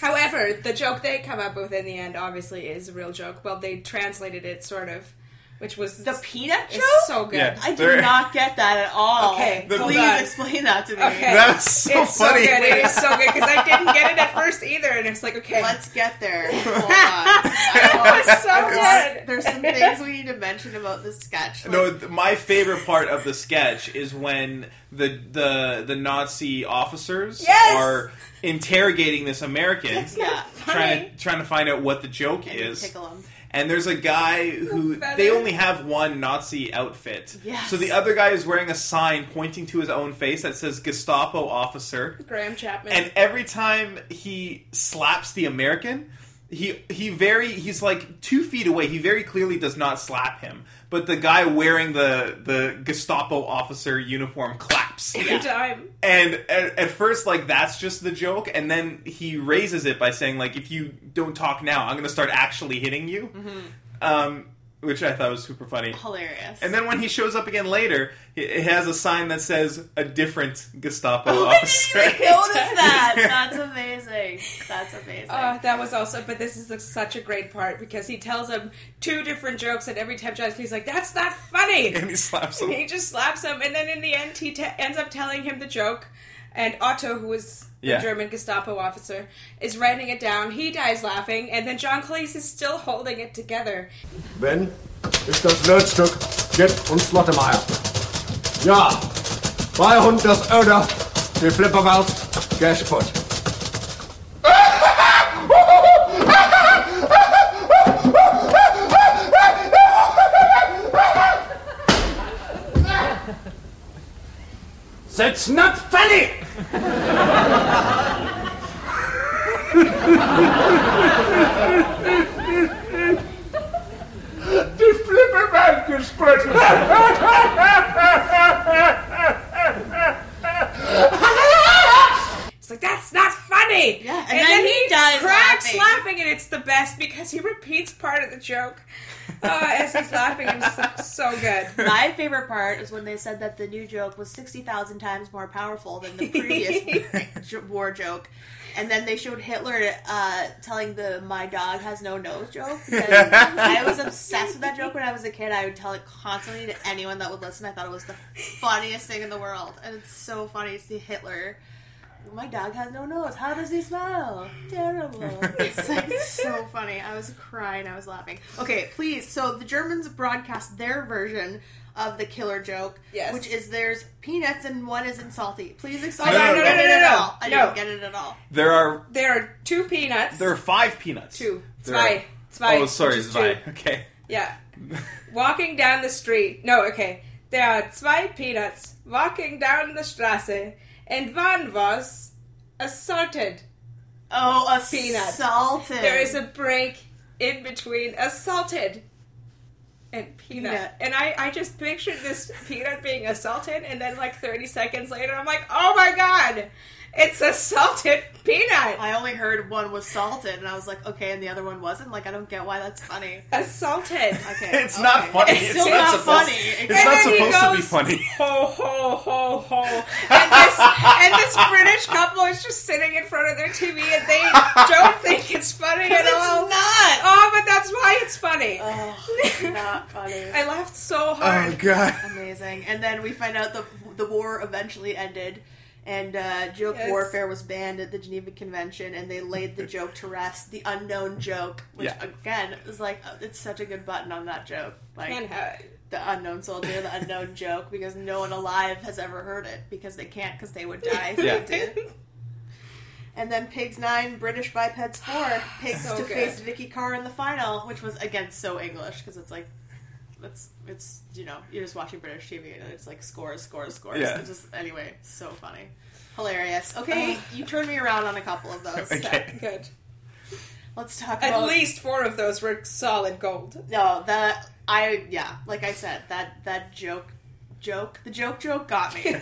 Speaker 4: However, the joke they come up with in the end obviously is a real joke. Well, they translated it sort of which was
Speaker 3: The peanut joke?
Speaker 4: it's so good.
Speaker 5: Yeah.
Speaker 3: I
Speaker 5: There-
Speaker 3: do not get that at all.
Speaker 4: Okay,
Speaker 5: The-
Speaker 3: please
Speaker 4: hold on.
Speaker 3: explain that to me.
Speaker 4: Okay.
Speaker 5: That's so
Speaker 4: it's
Speaker 5: funny.
Speaker 4: so good. It is so good because I didn't get it at first either, and it's like okay, <laughs>
Speaker 3: Let's get
Speaker 5: <laughs>
Speaker 3: there. Hold on.
Speaker 4: it was so good.
Speaker 3: There's some things we need to mention about this sketch. Like,
Speaker 5: No, th- my favorite part of the sketch is when the the the Nazi officers
Speaker 4: Yes!
Speaker 5: are interrogating this American,
Speaker 3: yeah.
Speaker 5: trying to trying to find out what the joke
Speaker 3: And
Speaker 5: is.
Speaker 3: tickle him.
Speaker 5: And there's a guy who
Speaker 4: feather.
Speaker 5: they only have one Nazi outfit.
Speaker 3: Yes.
Speaker 5: So the other guy is wearing a sign pointing to his own face that says Gestapo officer.
Speaker 4: Graham Chapman.
Speaker 5: And every time he slaps the American, he he very he's like two feet away. He very clearly does not slap him, but the guy wearing the the Gestapo officer uniform claps.
Speaker 4: Every time.
Speaker 5: And at, at first, like that's just the joke, and then he raises it by saying like, "If you don't talk now, I'm going to start actually hitting you,"
Speaker 4: Mm-hmm.
Speaker 5: um, which I thought was super funny.
Speaker 3: Hilarious.
Speaker 5: And then when he shows up again later, it it has a sign that says "a different
Speaker 4: <laughs> Oh
Speaker 5: Gestapo officer."
Speaker 3: I noticed
Speaker 5: <laughs>
Speaker 3: that. That's amazing. That's amazing.
Speaker 4: Uh, that was also, but this is a, such a great part because he tells him two different jokes, and every time Josh, he's like, "That's not funny."
Speaker 5: and he slaps
Speaker 4: And
Speaker 5: him.
Speaker 4: <laughs> he just slaps him, and then in the end, he te- ends up telling him the joke. And Otto, who was the
Speaker 5: Yeah.
Speaker 4: German Gestapo officer, is writing it down. He dies laughing, and then John Cleese is still holding it together.
Speaker 1: Ben, ist das Lötstück Jett und Slottemeier. Ja, 200 Öder, die Flipperwelt, Gashpot.
Speaker 10: That's not funny! Die Flippe werden gespritzt!
Speaker 4: It's like that's not funny.
Speaker 3: Yeah, and then he dies
Speaker 4: cracks
Speaker 3: laughing.
Speaker 4: and it's the best because he repeats part of the joke
Speaker 5: <laughs>
Speaker 4: uh, as he's laughing. and It's so, so good.
Speaker 3: My favorite part is when they said that the new joke was 60,000 times more powerful than the <laughs> previous j- war joke. And then they showed Hitler uh, telling the my dog has no nose
Speaker 5: <laughs>
Speaker 3: joke. Because I was obsessed with that joke when I was a kid. I would tell it constantly to anyone that would listen. I thought it was the funniest thing in the world. And it's so funny to see Hitler. My dog has no nose. How does he smell? Terrible.
Speaker 5: <laughs>
Speaker 3: It's like so funny. I was crying. I was laughing. Okay, please. So the Germans broadcast their version of the killer joke,
Speaker 4: Yes.
Speaker 3: which is there's peanuts and one isn't salty. Please explain.
Speaker 5: No, no,
Speaker 3: I
Speaker 5: no,
Speaker 3: didn't
Speaker 5: no,
Speaker 3: get it
Speaker 4: no,
Speaker 3: at
Speaker 4: no.
Speaker 3: all. I
Speaker 4: No.
Speaker 3: didn't get it at all.
Speaker 5: There are
Speaker 4: There are two peanuts.
Speaker 5: there are five peanuts.
Speaker 4: two.
Speaker 5: There are-
Speaker 4: Zwei. Zwei.
Speaker 5: Oh, sorry,
Speaker 4: Just
Speaker 5: zwei.
Speaker 4: two.
Speaker 5: <laughs> Okay.
Speaker 4: Yeah. Walking down the street. No, okay. There are zwei peanuts walking down the Straße, and one was assaulted.
Speaker 3: Oh, a
Speaker 4: Peanut.
Speaker 3: salted.
Speaker 4: There is a break in between assaulted and peanut.
Speaker 3: Peanut.
Speaker 4: And I, I just pictured this peanut being assaulted, and then like 30 seconds later, I'm like, oh my god, it's assaulted peanut.
Speaker 3: I only heard one was salted, and I was like, okay, and the other one wasn't. Like, I don't get why that's funny.
Speaker 4: Assaulted.
Speaker 3: Okay,
Speaker 5: It's not funny.
Speaker 4: It's
Speaker 5: It's,
Speaker 4: still
Speaker 5: not,
Speaker 4: not
Speaker 5: supposed.
Speaker 3: funny.
Speaker 5: It's
Speaker 3: And
Speaker 5: not
Speaker 4: then he
Speaker 5: supposed to be
Speaker 4: goes-
Speaker 5: funny.
Speaker 4: Ho ho ho ho! And this and this British couple is just sitting in front of their TV and they <laughs> don't think it's Oh. funny at
Speaker 3: it's
Speaker 4: all.
Speaker 3: not.
Speaker 4: Oh, but that's why it's funny.
Speaker 3: Not funny.
Speaker 4: I laughed so
Speaker 5: Oh
Speaker 4: hard.
Speaker 5: god.
Speaker 3: Amazing. And then we find out the the war eventually ended, and uh, joke
Speaker 4: Yes.
Speaker 3: warfare was banned at the Geneva Convention, and they laid the joke to rest. The unknown joke, which
Speaker 5: Yeah.
Speaker 3: again is like uh, it's such a good button on that joke, like
Speaker 4: Man, how-
Speaker 3: the unknown soldier, the unknown joke, because no one alive has ever heard it because they can't because they would die if
Speaker 5: Yeah.
Speaker 3: they did. And then Pigs 9, British Bipeds 4, Pigs
Speaker 4: So
Speaker 3: to
Speaker 4: good.
Speaker 3: face Vicky Carr in the final, which was, again, so English, because it's like, it's, it's, you know, you're just watching British TV and it's like scores, scores, scores.
Speaker 5: Yeah.
Speaker 3: It's just, anyway, so funny. Hilarious. Okay,
Speaker 5: Uh-huh.
Speaker 3: you turned me around on a couple of those.
Speaker 5: Okay.
Speaker 4: <laughs> <laughs> Good.
Speaker 3: Let's talk
Speaker 4: At
Speaker 3: about...
Speaker 4: least four of those were solid gold.
Speaker 3: No, that, I, yeah, like I said, that, that joke, joke, the joke joke got
Speaker 5: <laughs>
Speaker 3: me.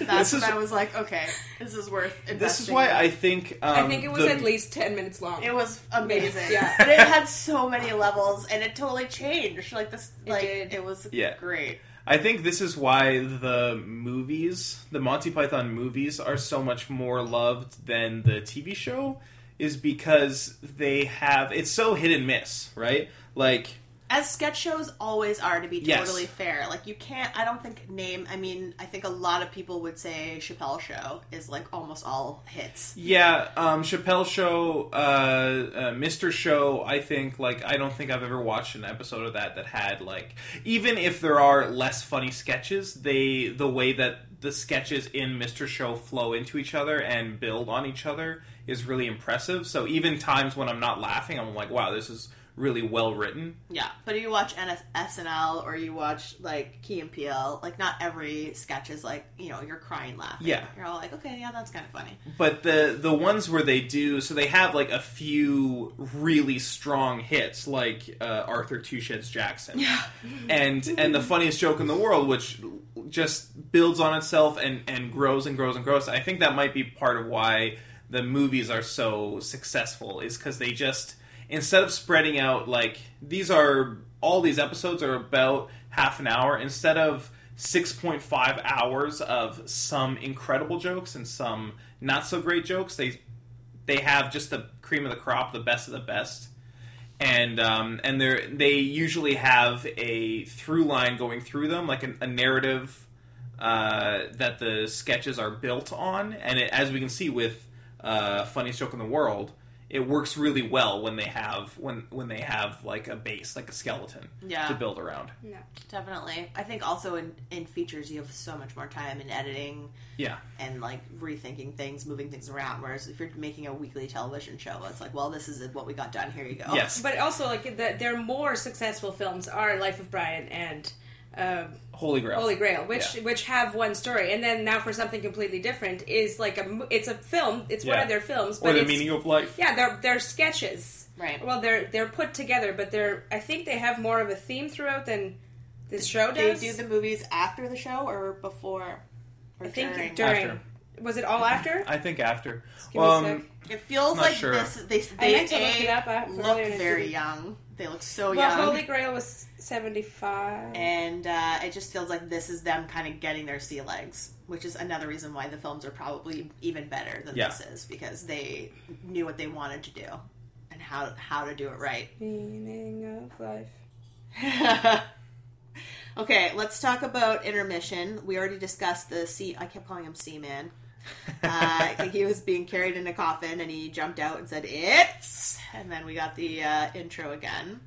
Speaker 3: That's
Speaker 5: This is-
Speaker 3: when I was like, okay, this is worth investing.
Speaker 5: This is why
Speaker 3: in.
Speaker 5: I think. Um,
Speaker 4: I think it was
Speaker 5: the-
Speaker 4: at least ten minutes long.
Speaker 3: It was amazing.
Speaker 4: Yeah.
Speaker 3: But it had so many levels and it totally changed. Like this like
Speaker 4: did.
Speaker 3: it was
Speaker 5: Yeah.
Speaker 3: great.
Speaker 5: I think this is why the movies, the Monty Python movies, are so much more loved than the TV show, is because they have it's so hit and miss, right? Like
Speaker 3: as sketch shows always are to be
Speaker 5: Yes.
Speaker 3: totally fair like you can't i don't think name i mean i think a lot of people would say chappelle show is like almost all hits
Speaker 5: Yeah, um, Chappelle Show, uh, uh, Mr. Show. I think like I don't think I've ever watched an episode of that that had like even if there are less funny sketches, they the way that the sketches in Mr. Show flow into each other and build on each other is really impressive. So even times when I'm not laughing, I'm like, wow, this is really well written.
Speaker 3: yeah but if you watch NS- snl or you watch like key and pl like not every sketch is like you know you're crying laughing
Speaker 5: Yeah.
Speaker 3: you're all like okay yeah that's kind of funny
Speaker 5: but the the ones where they do so they have like a few really strong hits like uh, arthur two sheds jackson yeah. and and the funniest joke in the world which just builds on itself and and grows and grows and grows i think that might be part of why the movies are so successful is because they just instead of spreading out like these are all these episodes are about half an hour instead of 6.5 hours of some incredible jokes and some not so great jokes they they have just the cream of the crop the best of the best and um, and they they usually have a through line going through them like a, a narrative uh, that the sketches are built on and it, as we can see with uh, funniest joke in the world it works really well when they have when when they have like a base like a skeleton
Speaker 3: Yeah.
Speaker 5: to build around
Speaker 4: No.
Speaker 3: definitely i think also in in features you have so much more time in editing
Speaker 5: yeah
Speaker 3: and like rethinking things moving things around whereas if you're making a weekly television show it's like well this is what we got done here you go
Speaker 5: yes
Speaker 4: But also, like the, their more successful films are Life of Brian and um,
Speaker 5: holy grail
Speaker 4: Holy Grail, which
Speaker 5: Yeah.
Speaker 4: which have one story, and then now for something completely different is like a mo- it's a film. It's one
Speaker 5: Yeah.
Speaker 4: of their films, but
Speaker 5: or the
Speaker 4: it's,
Speaker 5: meaning of life
Speaker 4: yeah, they're they're sketches.
Speaker 3: Right.
Speaker 4: Well, they're they're put together, but they're I think they have more of a theme throughout than this show
Speaker 3: They
Speaker 4: does.
Speaker 3: do the movies after the show or before? Or
Speaker 4: I think during,
Speaker 5: After.
Speaker 4: was it all after?
Speaker 5: i think after
Speaker 4: me a
Speaker 5: Um,
Speaker 4: sec.
Speaker 3: It feels
Speaker 5: Not
Speaker 3: like
Speaker 5: sure.
Speaker 3: this. They
Speaker 4: I
Speaker 3: they
Speaker 4: meant to look it up
Speaker 3: A,
Speaker 4: after earlier and
Speaker 3: look
Speaker 4: it
Speaker 3: very
Speaker 4: didn't.
Speaker 3: young. They look so
Speaker 4: Well,
Speaker 3: young.
Speaker 4: Holy Grail was seventy five.
Speaker 3: and uh, it just feels like this is them kind of getting their sea legs, which is another reason why the films are probably even better than
Speaker 5: Yeah.
Speaker 3: this is because they knew what they wanted to do and how how to do it right.
Speaker 4: Meaning of life.
Speaker 3: <laughs> okay, let's talk about intermission. We already discussed the sea. I kept calling him Seaman. Uh, he was being carried in a coffin, and he jumped out and said, "It's." And then we got the uh, intro again.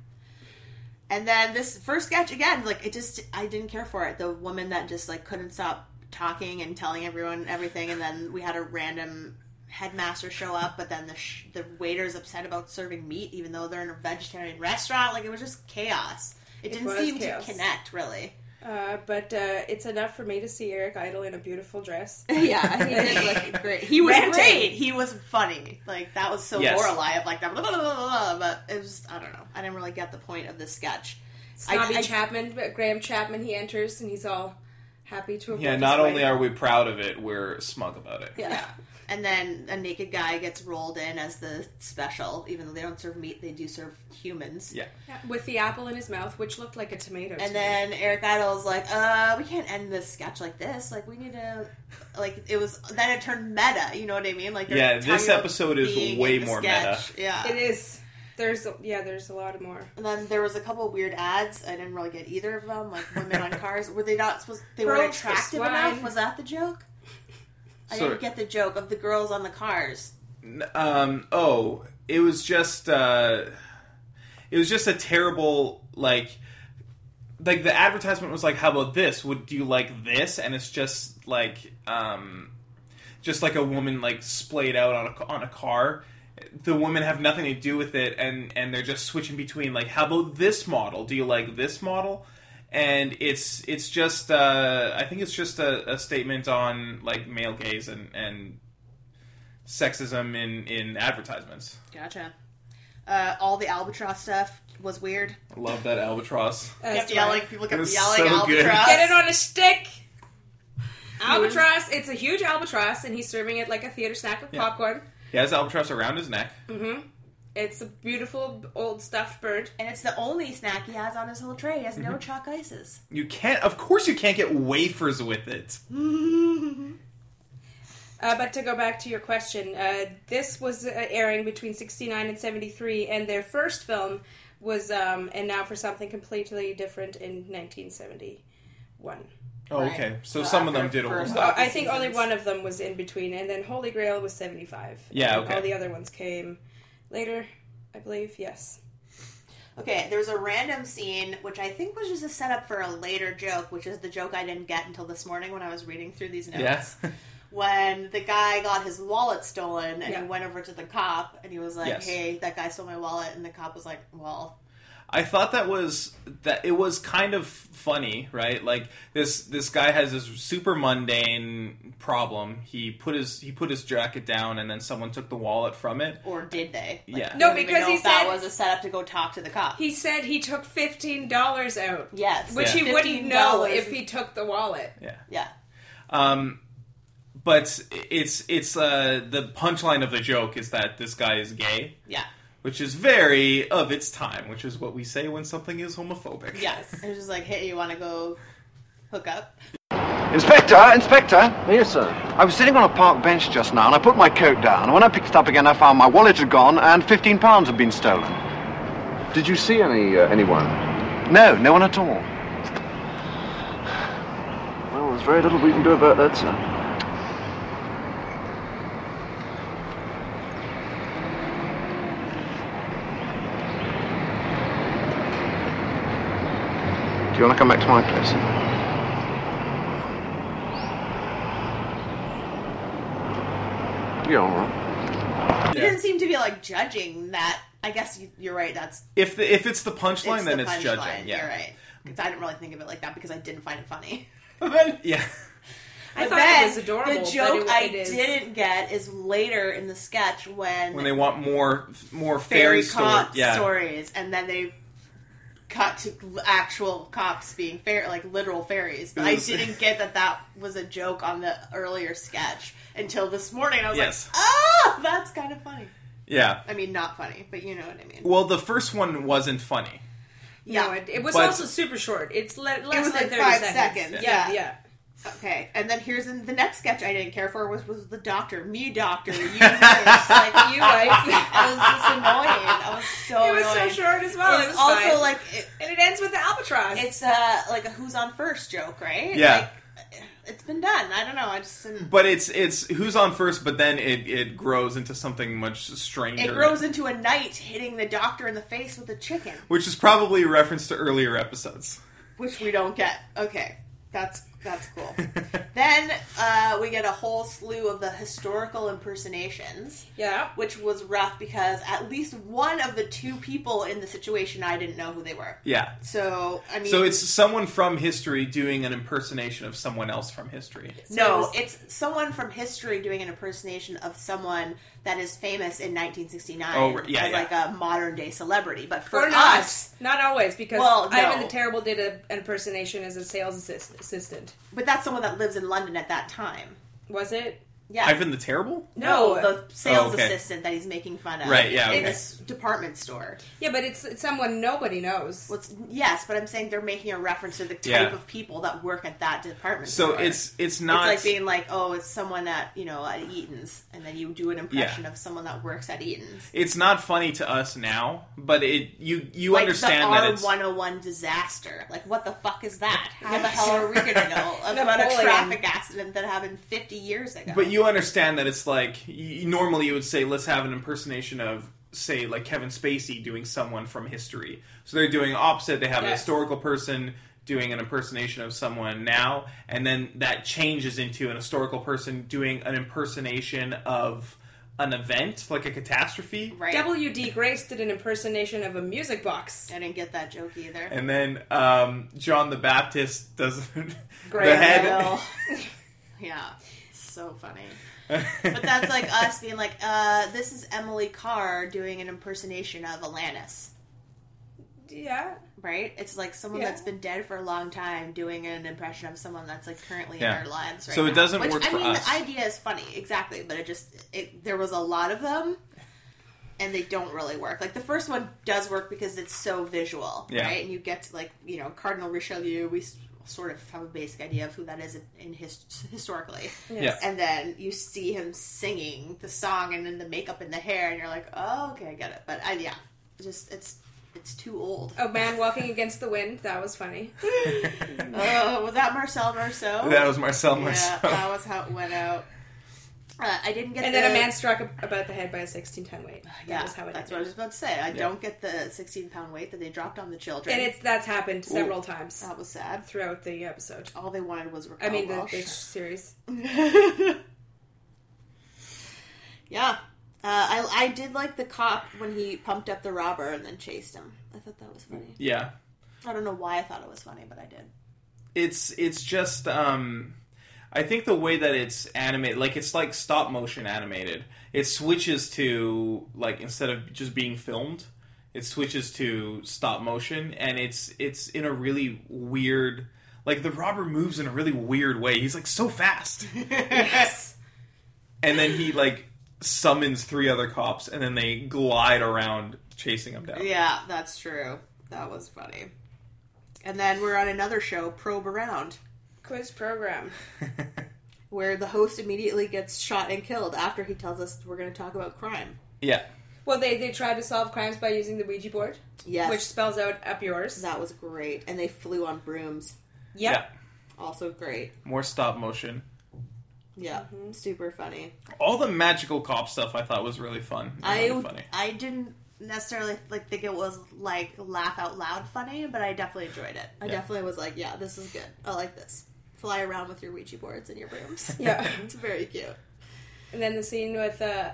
Speaker 3: And then this first sketch again, like it just, I didn't care for it. The woman that just like couldn't stop talking and telling everyone everything, and then we had a random headmaster show up, but then the sh- the waiter's upset about serving meat, even though they're in a vegetarian restaurant. Like it was just chaos. It, didn't
Speaker 4: was
Speaker 3: seem
Speaker 4: chaos.
Speaker 3: to connect really.
Speaker 4: Uh, but uh, it's enough for me to see Eric Idle in a beautiful dress.
Speaker 3: <laughs> Yeah, he did
Speaker 4: <laughs>
Speaker 3: look great. <laughs> He was
Speaker 4: Ranting.
Speaker 3: great. He was funny. Like that was so
Speaker 5: Yes.
Speaker 3: Lorelai of like that. Blah, blah, blah, blah, blah, but it was just, I don't know. I didn't really get the point of this sketch. I-
Speaker 4: Snobby
Speaker 3: I-
Speaker 4: Chapman, but Graham Chapman, he enters and he's all happy to have
Speaker 5: yeah
Speaker 4: worked
Speaker 5: not
Speaker 4: his
Speaker 5: only
Speaker 4: way.
Speaker 5: are we proud of it we're smug about it
Speaker 4: yeah.
Speaker 3: And then a naked guy gets rolled in as the special, even though they don't serve meat, they do serve humans.
Speaker 5: yeah
Speaker 4: with the apple in his mouth, which looked like a tomato. to
Speaker 3: And
Speaker 4: me.
Speaker 3: then Eric Idle's like, uh, we can't end this sketch like this. Like, we need to, like, it was, then it turned meta, you know what I mean? Like, they're
Speaker 5: Yeah, this
Speaker 3: talking about
Speaker 5: episode is
Speaker 3: being
Speaker 5: way
Speaker 3: in the
Speaker 5: more meta.
Speaker 3: sketch. Yeah.
Speaker 4: it is. There's yeah, there's a lot more.
Speaker 3: And then there was a couple weird ads. I didn't really get either of them. Like women <laughs> on cars. Were they not supposed? They weren't
Speaker 4: Girls for
Speaker 3: attractive
Speaker 4: swine.
Speaker 3: enough. Was that the joke? I
Speaker 5: Sorry.
Speaker 3: didn't get the joke of the girls on the cars.
Speaker 5: um oh it was just uh it was just a terrible like like the advertisement was like how about this would do you like this and it's just like um just like a woman like splayed out on a, on a car the women have nothing to do with it and and they're just switching between like how about this model do you like this model and it's it's just uh i think it's just a, a statement on like male gaze and and sexism in in advertisements
Speaker 3: Gotcha. Uh, all the albatross stuff was weird.
Speaker 5: I love that albatross
Speaker 4: Uh,
Speaker 3: Kept
Speaker 4: story.
Speaker 3: yelling. People
Speaker 5: It
Speaker 3: kept
Speaker 5: was
Speaker 3: yelling.
Speaker 5: so good.
Speaker 3: albatross.
Speaker 4: Get it on a stick. Albatross. It's a huge albatross, and he's serving it like a theater snack with
Speaker 5: Yeah.
Speaker 4: popcorn.
Speaker 5: he has albatross around his neck
Speaker 4: It's a beautiful old stuffed bird.
Speaker 3: And it's the only snack he has on his whole tray. He has
Speaker 5: Mm-hmm.
Speaker 3: no chalk ices.
Speaker 5: you can't of course you can't get wafers with it
Speaker 4: Uh, but to go back to your question, uh, this was uh, airing between 69 and 73, and their first film was um, and now for something completely different in 1971.
Speaker 5: Oh,
Speaker 3: Right.
Speaker 5: okay. So,
Speaker 3: So
Speaker 5: some of them
Speaker 3: after
Speaker 5: did
Speaker 3: first- <laughs>
Speaker 5: overlap.
Speaker 4: Well, I think only
Speaker 3: Oh, seasons.
Speaker 4: one of them was in between, and then Holy Grail was 75.
Speaker 5: Yeah,
Speaker 4: And
Speaker 5: okay.
Speaker 4: All the other ones came later, I believe. Yes.
Speaker 3: Okay, there was a random scene which I think was just a setup for a later joke, which is the joke I didn't get until this morning when I was reading through these notes.
Speaker 5: Yeah.
Speaker 3: When the guy got his wallet stolen and
Speaker 4: Yeah.
Speaker 3: he went over to the cop and he was like,
Speaker 5: Yes.
Speaker 3: "Hey, that guy stole my wallet," and the cop was like, "Well,
Speaker 5: I thought that was that it was kind of funny, right? Like this this guy has this super mundane problem. He put his he put his jacket down, and then someone took the wallet from it.
Speaker 3: or did they?" Like,
Speaker 5: Yeah.
Speaker 3: we
Speaker 4: No,
Speaker 3: don't even
Speaker 4: because
Speaker 3: know
Speaker 4: he
Speaker 3: if that
Speaker 4: said-
Speaker 3: was a setup to go talk to the cop.
Speaker 4: He said he took $15 out,
Speaker 3: yes,
Speaker 4: which
Speaker 5: Yeah.
Speaker 4: he wouldn't know
Speaker 3: $15.
Speaker 4: if he took the wallet.
Speaker 5: Yeah. Um,
Speaker 3: yeah.
Speaker 5: But it's it's uh, the punchline of the joke is that this guy is gay,
Speaker 3: Yeah.
Speaker 5: which is very of its time, which is what we say when something is
Speaker 4: <laughs>
Speaker 5: homophobic.
Speaker 3: Yes. It was just like, hey, you want to go hook up?
Speaker 8: Inspector, Inspector. Yes, sir. I was sitting on a park bench just now and I put my coat down. And when I picked it up again, I found my wallet had gone and 15 pounds had been stolen.
Speaker 2: Did you see any uh, anyone?
Speaker 8: No, no one at all. Well, there's very little we can do about that, sir. Do you want to come back to my place? You're all right.
Speaker 3: He didn't seem to be like judging that. I guess you, you're right. That's
Speaker 5: If the, if it's the punchline,
Speaker 3: it's
Speaker 5: then
Speaker 3: the
Speaker 5: it's
Speaker 3: punchline.
Speaker 5: judging. Yeah.
Speaker 3: You're right. Because I didn't really think of it like that because I didn't find it funny.
Speaker 5: <laughs> Yeah.
Speaker 4: I
Speaker 3: But
Speaker 4: thought
Speaker 3: then
Speaker 4: it was adorable.
Speaker 3: The joke
Speaker 4: but
Speaker 3: I
Speaker 4: it, it is-
Speaker 3: didn't get is later in the sketch when,
Speaker 5: When they want more more fairy,
Speaker 3: fairy
Speaker 5: story.
Speaker 3: cop
Speaker 5: Yeah.
Speaker 3: stories, and then they cut to actual cops being fair, like literal fairies. But I
Speaker 5: was-
Speaker 3: didn't get that that was a joke on the earlier sketch until this morning. I was
Speaker 5: Yes.
Speaker 3: like, oh, that's kind of funny.
Speaker 5: Yeah.
Speaker 3: I mean, not funny, but you know what I mean.
Speaker 5: Well, the first one wasn't funny.
Speaker 3: yeah.
Speaker 4: No, it, it was
Speaker 5: But-
Speaker 4: also super short. It's le- less
Speaker 3: was
Speaker 4: than
Speaker 3: like
Speaker 4: 30
Speaker 3: five seconds,
Speaker 4: Yeah,
Speaker 3: yeah.
Speaker 4: yeah.
Speaker 3: Okay, and then here's in the next sketch I didn't care for was was the doctor, me doctor, you nurse, like you wife. <laughs>
Speaker 4: <laughs>
Speaker 3: I was just annoying. I was so
Speaker 4: Oh, It was so
Speaker 3: annoying.
Speaker 4: short as well.
Speaker 3: It's
Speaker 4: it was
Speaker 3: also
Speaker 4: fine.
Speaker 3: like it,
Speaker 4: and it ends with the albatross.
Speaker 3: it's uh like a who's on first joke, right?
Speaker 5: Yeah.
Speaker 3: Like, it's been done. I don't know. I just didn't.
Speaker 5: But it's it's who's on first, but then it, it grows into something much stranger.
Speaker 3: It grows into a knight hitting the doctor in the face with a chicken,
Speaker 5: which is probably a reference to earlier episodes. <laughs>
Speaker 3: which we don't get. Okay, that's that's
Speaker 5: <laughs>
Speaker 3: cool. then uh, we get a whole slew of the historical impersonations.
Speaker 4: yeah.
Speaker 3: which was rough because at least one of the two people in the situation I didn't know who they were.
Speaker 5: Yeah.
Speaker 3: So I mean,
Speaker 5: So it's someone from history doing an impersonation of someone else from history.
Speaker 3: no, it's someone from history doing an impersonation of someone that is famous in 1969
Speaker 5: Oh, right. Yeah,
Speaker 3: as
Speaker 5: yeah.
Speaker 3: like a modern day celebrity. But for
Speaker 4: Or not.
Speaker 3: us,
Speaker 4: Not always, because
Speaker 3: Well, no.
Speaker 4: Ivan the Terrible did a, an impersonation as a sales assist, assistant.
Speaker 3: but that's someone that lives in London at that time.
Speaker 4: Was it?
Speaker 3: Yeah.
Speaker 5: Ivan the Terrible?
Speaker 3: no, the sales
Speaker 5: Oh, okay.
Speaker 3: assistant that he's making fun of.
Speaker 5: Right, yeah,
Speaker 3: In
Speaker 5: okay.
Speaker 3: this department store.
Speaker 4: yeah, but it's, it's someone nobody knows.
Speaker 3: Well, it's, yes, but I'm saying they're making a reference to the type
Speaker 5: Yeah.
Speaker 3: of people that work at that department
Speaker 5: So
Speaker 3: store.
Speaker 5: it's it's not
Speaker 3: It's like being like, oh, it's someone at you know at Eaton's, and then you do an impression of someone that works at Eaton's.
Speaker 5: it's not funny to us now, but it you you
Speaker 3: like
Speaker 5: understand
Speaker 3: the
Speaker 5: that
Speaker 3: R
Speaker 5: it's
Speaker 3: one hundred one disaster. Like, what the fuck is that? How the hell are we gonna
Speaker 5: <laughs>
Speaker 3: know about a
Speaker 4: Napoleon.
Speaker 3: traffic accident that happened fifty years ago?
Speaker 5: but you understand that it's like you, normally you would say let's have an impersonation of say like Kevin Spacey doing someone from history. So they're doing opposite. They have a
Speaker 4: Yes.
Speaker 5: historical person doing an impersonation of someone now, and then that changes into an historical person doing an impersonation of an event like a catastrophe.
Speaker 3: right?
Speaker 4: W.D. Grace did an impersonation of a music box.
Speaker 3: I didn't get that joke either.
Speaker 5: And then um, John the Baptist does <laughs> the
Speaker 4: Graham
Speaker 5: head.
Speaker 3: Well, <laughs> yeah, so funny. But that's like us being like, uh, this is Emily Carr doing an impersonation of Alanis.
Speaker 4: Yeah.
Speaker 3: right? It's like someone
Speaker 4: Yeah.
Speaker 3: that's been dead for a long time doing an impression of someone that's like currently
Speaker 5: Yeah.
Speaker 3: in our lives. Right
Speaker 5: So it
Speaker 3: now.
Speaker 5: doesn't
Speaker 3: Which,
Speaker 5: work
Speaker 3: I
Speaker 5: for
Speaker 3: mean,
Speaker 5: us.
Speaker 3: the idea is funny, exactly, but it just it, there was a lot of them, and they don't really work. Like the first one does work because it's so visual,
Speaker 5: Yeah.
Speaker 3: right? And you get to like you know Cardinal Richelieu. We s- sort of have a basic idea of who that is in, in his, historically,
Speaker 5: Yeah.
Speaker 3: and then you see him singing the song and then the makeup and the hair, and you're like, oh, okay, I get it. But I yeah, just it's It's too old.
Speaker 4: A man walking against the wind. That was
Speaker 3: <laughs>
Speaker 4: funny.
Speaker 5: <laughs>
Speaker 3: Uh, was that Marcel Marceau?
Speaker 5: That was Marcel
Speaker 3: Yeah,
Speaker 5: Marceau.
Speaker 3: that was how it went out. Uh, I didn't get
Speaker 4: And
Speaker 3: the,
Speaker 4: then a man struck ab- about the head by a 16 ton weight. That
Speaker 3: Yeah,
Speaker 4: was how it
Speaker 3: that's what I
Speaker 4: ended.
Speaker 3: was just about to say. I don't get the 16 pound weight that they dropped on the children.
Speaker 4: And it's that's happened several times
Speaker 3: that was sad.
Speaker 4: throughout the episode.
Speaker 3: All they wanted was Raquel
Speaker 4: I mean, the,
Speaker 3: Welch.
Speaker 4: the series.
Speaker 3: yeah. Uh, I, I did like the cop when he pumped up the robber and then chased him. I thought that was funny.
Speaker 5: <laughs> Yeah.
Speaker 3: I don't know why I thought it was funny, but I did.
Speaker 5: it's it's just um I think the way that it's animated, like it's like stop motion animated. It switches to like instead of just being filmed, it switches to stop motion, and it's it's in a really weird. Like the robber moves in a really weird way. He's like so
Speaker 3: <laughs>
Speaker 5: fast,
Speaker 4: <laughs> Yes.
Speaker 5: and then he like summons three other cops, and then they glide around chasing him down.
Speaker 3: Yeah, that's true. That was funny. And then we're on another show, Probe Around,
Speaker 4: Quiz program.
Speaker 3: where the host immediately gets shot and killed after he tells us we're going to talk about crime.
Speaker 5: Yeah,
Speaker 4: Well, they, they tried to solve crimes by using the Ouija board,
Speaker 3: Yes,
Speaker 4: which spells out up yours.
Speaker 3: that was great. And they flew on brooms.
Speaker 4: Yep.
Speaker 5: yeah.
Speaker 3: Also great.
Speaker 5: More stop motion.
Speaker 3: Yeah, super funny.
Speaker 5: All the magical cop stuff I thought was really fun.
Speaker 3: I
Speaker 5: Really funny.
Speaker 3: I didn't necessarily like think it was like laugh out loud funny, but I definitely enjoyed it. I definitely was like, yeah, this is good. I like this. Fly around with your Ouija boards and your <laughs> brooms.
Speaker 4: Yeah.
Speaker 3: it's very cute.
Speaker 4: And then the scene with uh,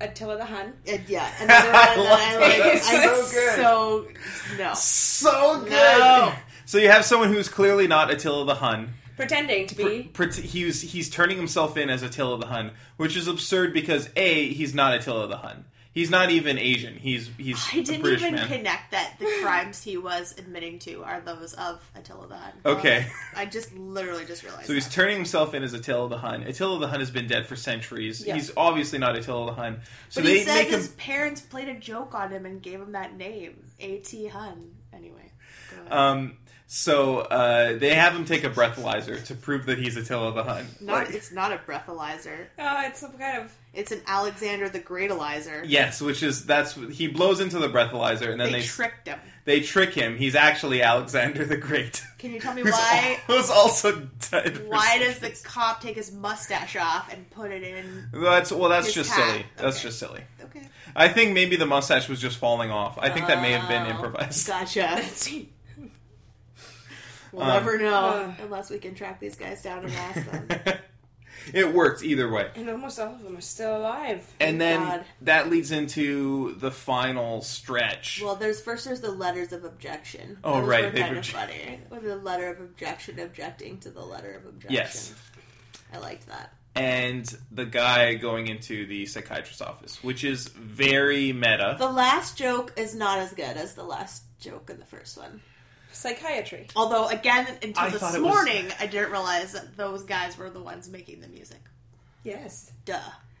Speaker 4: Attila the Hun.
Speaker 3: And <laughs> yeah, and then, I, then I like,
Speaker 4: It's
Speaker 3: I
Speaker 4: so good.
Speaker 3: so no.
Speaker 5: so good.
Speaker 3: No.
Speaker 5: So you have someone who's clearly not Attila the Hun.
Speaker 4: Pretending to be.
Speaker 5: Pret- He's he's turning himself in as Attila the Hun, which is absurd because a he's not Attila the Hun. He's not even Asian. He's he's
Speaker 3: I didn't
Speaker 5: a British
Speaker 3: even
Speaker 5: man.
Speaker 3: connect that the crimes he was admitting to are those of Attila the Hun.
Speaker 5: Okay.
Speaker 3: I just literally just realized.
Speaker 5: So he's
Speaker 3: that.
Speaker 5: turning himself in as Attila the Hun. Attila the Hun has been dead for centuries.
Speaker 4: Yeah.
Speaker 5: He's obviously not Attila the Hun. So
Speaker 3: But
Speaker 5: they
Speaker 3: he says
Speaker 5: make
Speaker 3: his
Speaker 5: him.
Speaker 3: parents played a joke on him and gave him that name, A.T. Hun. Anyway. go ahead.
Speaker 5: Um, so uh, they have him take a breathalyzer to prove that he's Attila the Hun.
Speaker 3: Not, it's not a breathalyzer.
Speaker 4: Oh, it's some kind of.
Speaker 3: It's an Alexander the Greatalizer.
Speaker 5: Yes, which is that's he blows into the breathalyzer and then
Speaker 3: They,
Speaker 5: they
Speaker 3: tricked him.
Speaker 5: they trick him. He's actually Alexander the Great.
Speaker 3: Can you tell me
Speaker 5: <laughs> Who's
Speaker 3: why?
Speaker 5: al- who's also dead. for
Speaker 3: Why does the
Speaker 5: centuries.
Speaker 3: cop take his mustache off and put it in?
Speaker 5: That's well. That's
Speaker 3: his
Speaker 5: just
Speaker 3: hat?
Speaker 5: silly. That's
Speaker 3: Okay.
Speaker 5: just silly.
Speaker 3: Okay.
Speaker 5: I think maybe the mustache was just falling off. I think that may have been
Speaker 3: Oh.
Speaker 5: improvised. <laughs>
Speaker 3: Gotcha. We'll
Speaker 5: Um,
Speaker 3: never know unless we can track these guys down and ask
Speaker 5: <laughs>
Speaker 3: them.
Speaker 5: It worked either way.
Speaker 4: And almost all of them are still alive.
Speaker 5: And then
Speaker 3: God.
Speaker 5: that leads into the final stretch.
Speaker 3: well, there's first there's the letters of objection.
Speaker 5: Oh,
Speaker 3: Those
Speaker 5: right,
Speaker 3: were
Speaker 5: they've
Speaker 3: kind of
Speaker 5: obje-
Speaker 3: funny. With the letter of objection objecting to the letter of objection.
Speaker 5: yes.
Speaker 3: I liked that.
Speaker 5: And the guy going into the psychiatrist's office, which is very meta.
Speaker 3: The last joke is not as good as the last joke in the first one.
Speaker 4: Psychiatry.
Speaker 3: Although, again, until
Speaker 5: I
Speaker 3: this
Speaker 5: thought it was-
Speaker 3: morning, I didn't realize that those guys were the ones making the music.
Speaker 4: Yes.
Speaker 3: Duh.
Speaker 5: <laughs>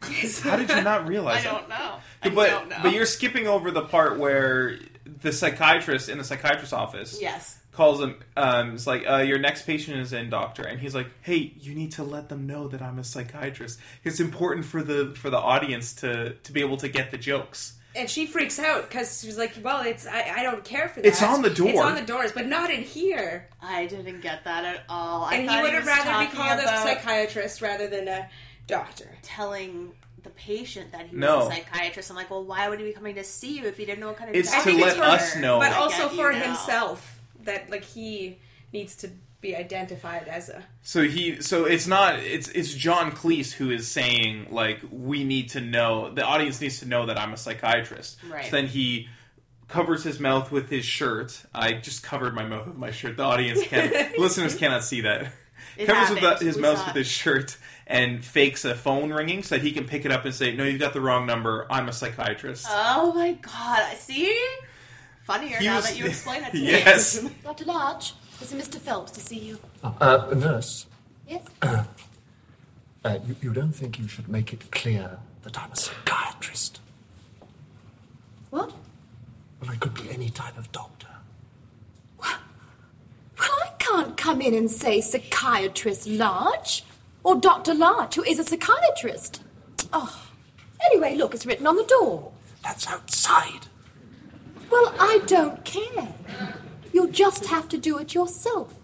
Speaker 3: <laughs>
Speaker 5: How did you not realize?
Speaker 3: I
Speaker 5: that?
Speaker 3: don't know. I
Speaker 5: but
Speaker 3: don't know.
Speaker 5: but you're skipping over the part where the psychiatrist in the psychiatrist's office
Speaker 3: yes.
Speaker 5: calls him. Um, it's like uh, your next patient is in, doctor, and he's like, "Hey, you need to let them know that I'm a psychiatrist. It's important for the for the audience to to be able to get the jokes."
Speaker 4: And she freaks out because she's like, "Well, it's I, I don't care for that.
Speaker 5: It's on the door.
Speaker 4: It's on the doors, but not in here."
Speaker 3: I didn't get that at all. I
Speaker 4: and
Speaker 3: thought
Speaker 4: he would have
Speaker 3: was
Speaker 4: rather be
Speaker 3: talking
Speaker 4: called
Speaker 3: about
Speaker 4: a psychiatrist rather than a doctor.
Speaker 3: telling the patient that he was
Speaker 5: No.
Speaker 3: a psychiatrist. I'm like, well, why would he be coming to see you if he didn't know what kind of
Speaker 5: It's
Speaker 3: doctor
Speaker 5: to
Speaker 3: you
Speaker 5: let
Speaker 3: were?
Speaker 5: us know.
Speaker 4: but
Speaker 5: I
Speaker 4: also
Speaker 3: get you
Speaker 4: for
Speaker 3: now.
Speaker 4: himself that like he needs to be identified as a
Speaker 5: So he so it's not it's it's John Cleese who is saying like we need to know the audience needs to know that I'm a psychiatrist.
Speaker 3: Right.
Speaker 5: So then he covers his mouth with his shirt. I just covered my mouth with my shirt. The
Speaker 3: <laughs>
Speaker 5: audience can listeners cannot see that. covers with
Speaker 3: happened.
Speaker 5: the, his
Speaker 3: We
Speaker 5: mouth
Speaker 3: saw
Speaker 5: with
Speaker 3: it.
Speaker 5: his shirt and fakes a phone ringing so that he can pick it up and say, "No, you've got the wrong number. I'm a psychiatrist."
Speaker 3: Oh my god! I See, funnier
Speaker 5: He
Speaker 3: now
Speaker 5: was- <laughs>
Speaker 3: that you explain it to me.
Speaker 5: yes.
Speaker 11: Dr. Larch, there's a Mr. Phelps to see you.
Speaker 12: Uh, nurse,
Speaker 11: Yes?
Speaker 12: uh, you, you don't think you should make it clear that I'm a psychiatrist?
Speaker 11: What?
Speaker 12: Well, I could be any type of doctor.
Speaker 11: Well, I can't come in and say psychiatrist Larch or Dr. Larch, who is a psychiatrist. Oh. Anyway, look, it's written on the door.
Speaker 12: That's outside.
Speaker 11: Well, I don't care. You'll just have to do it yourself.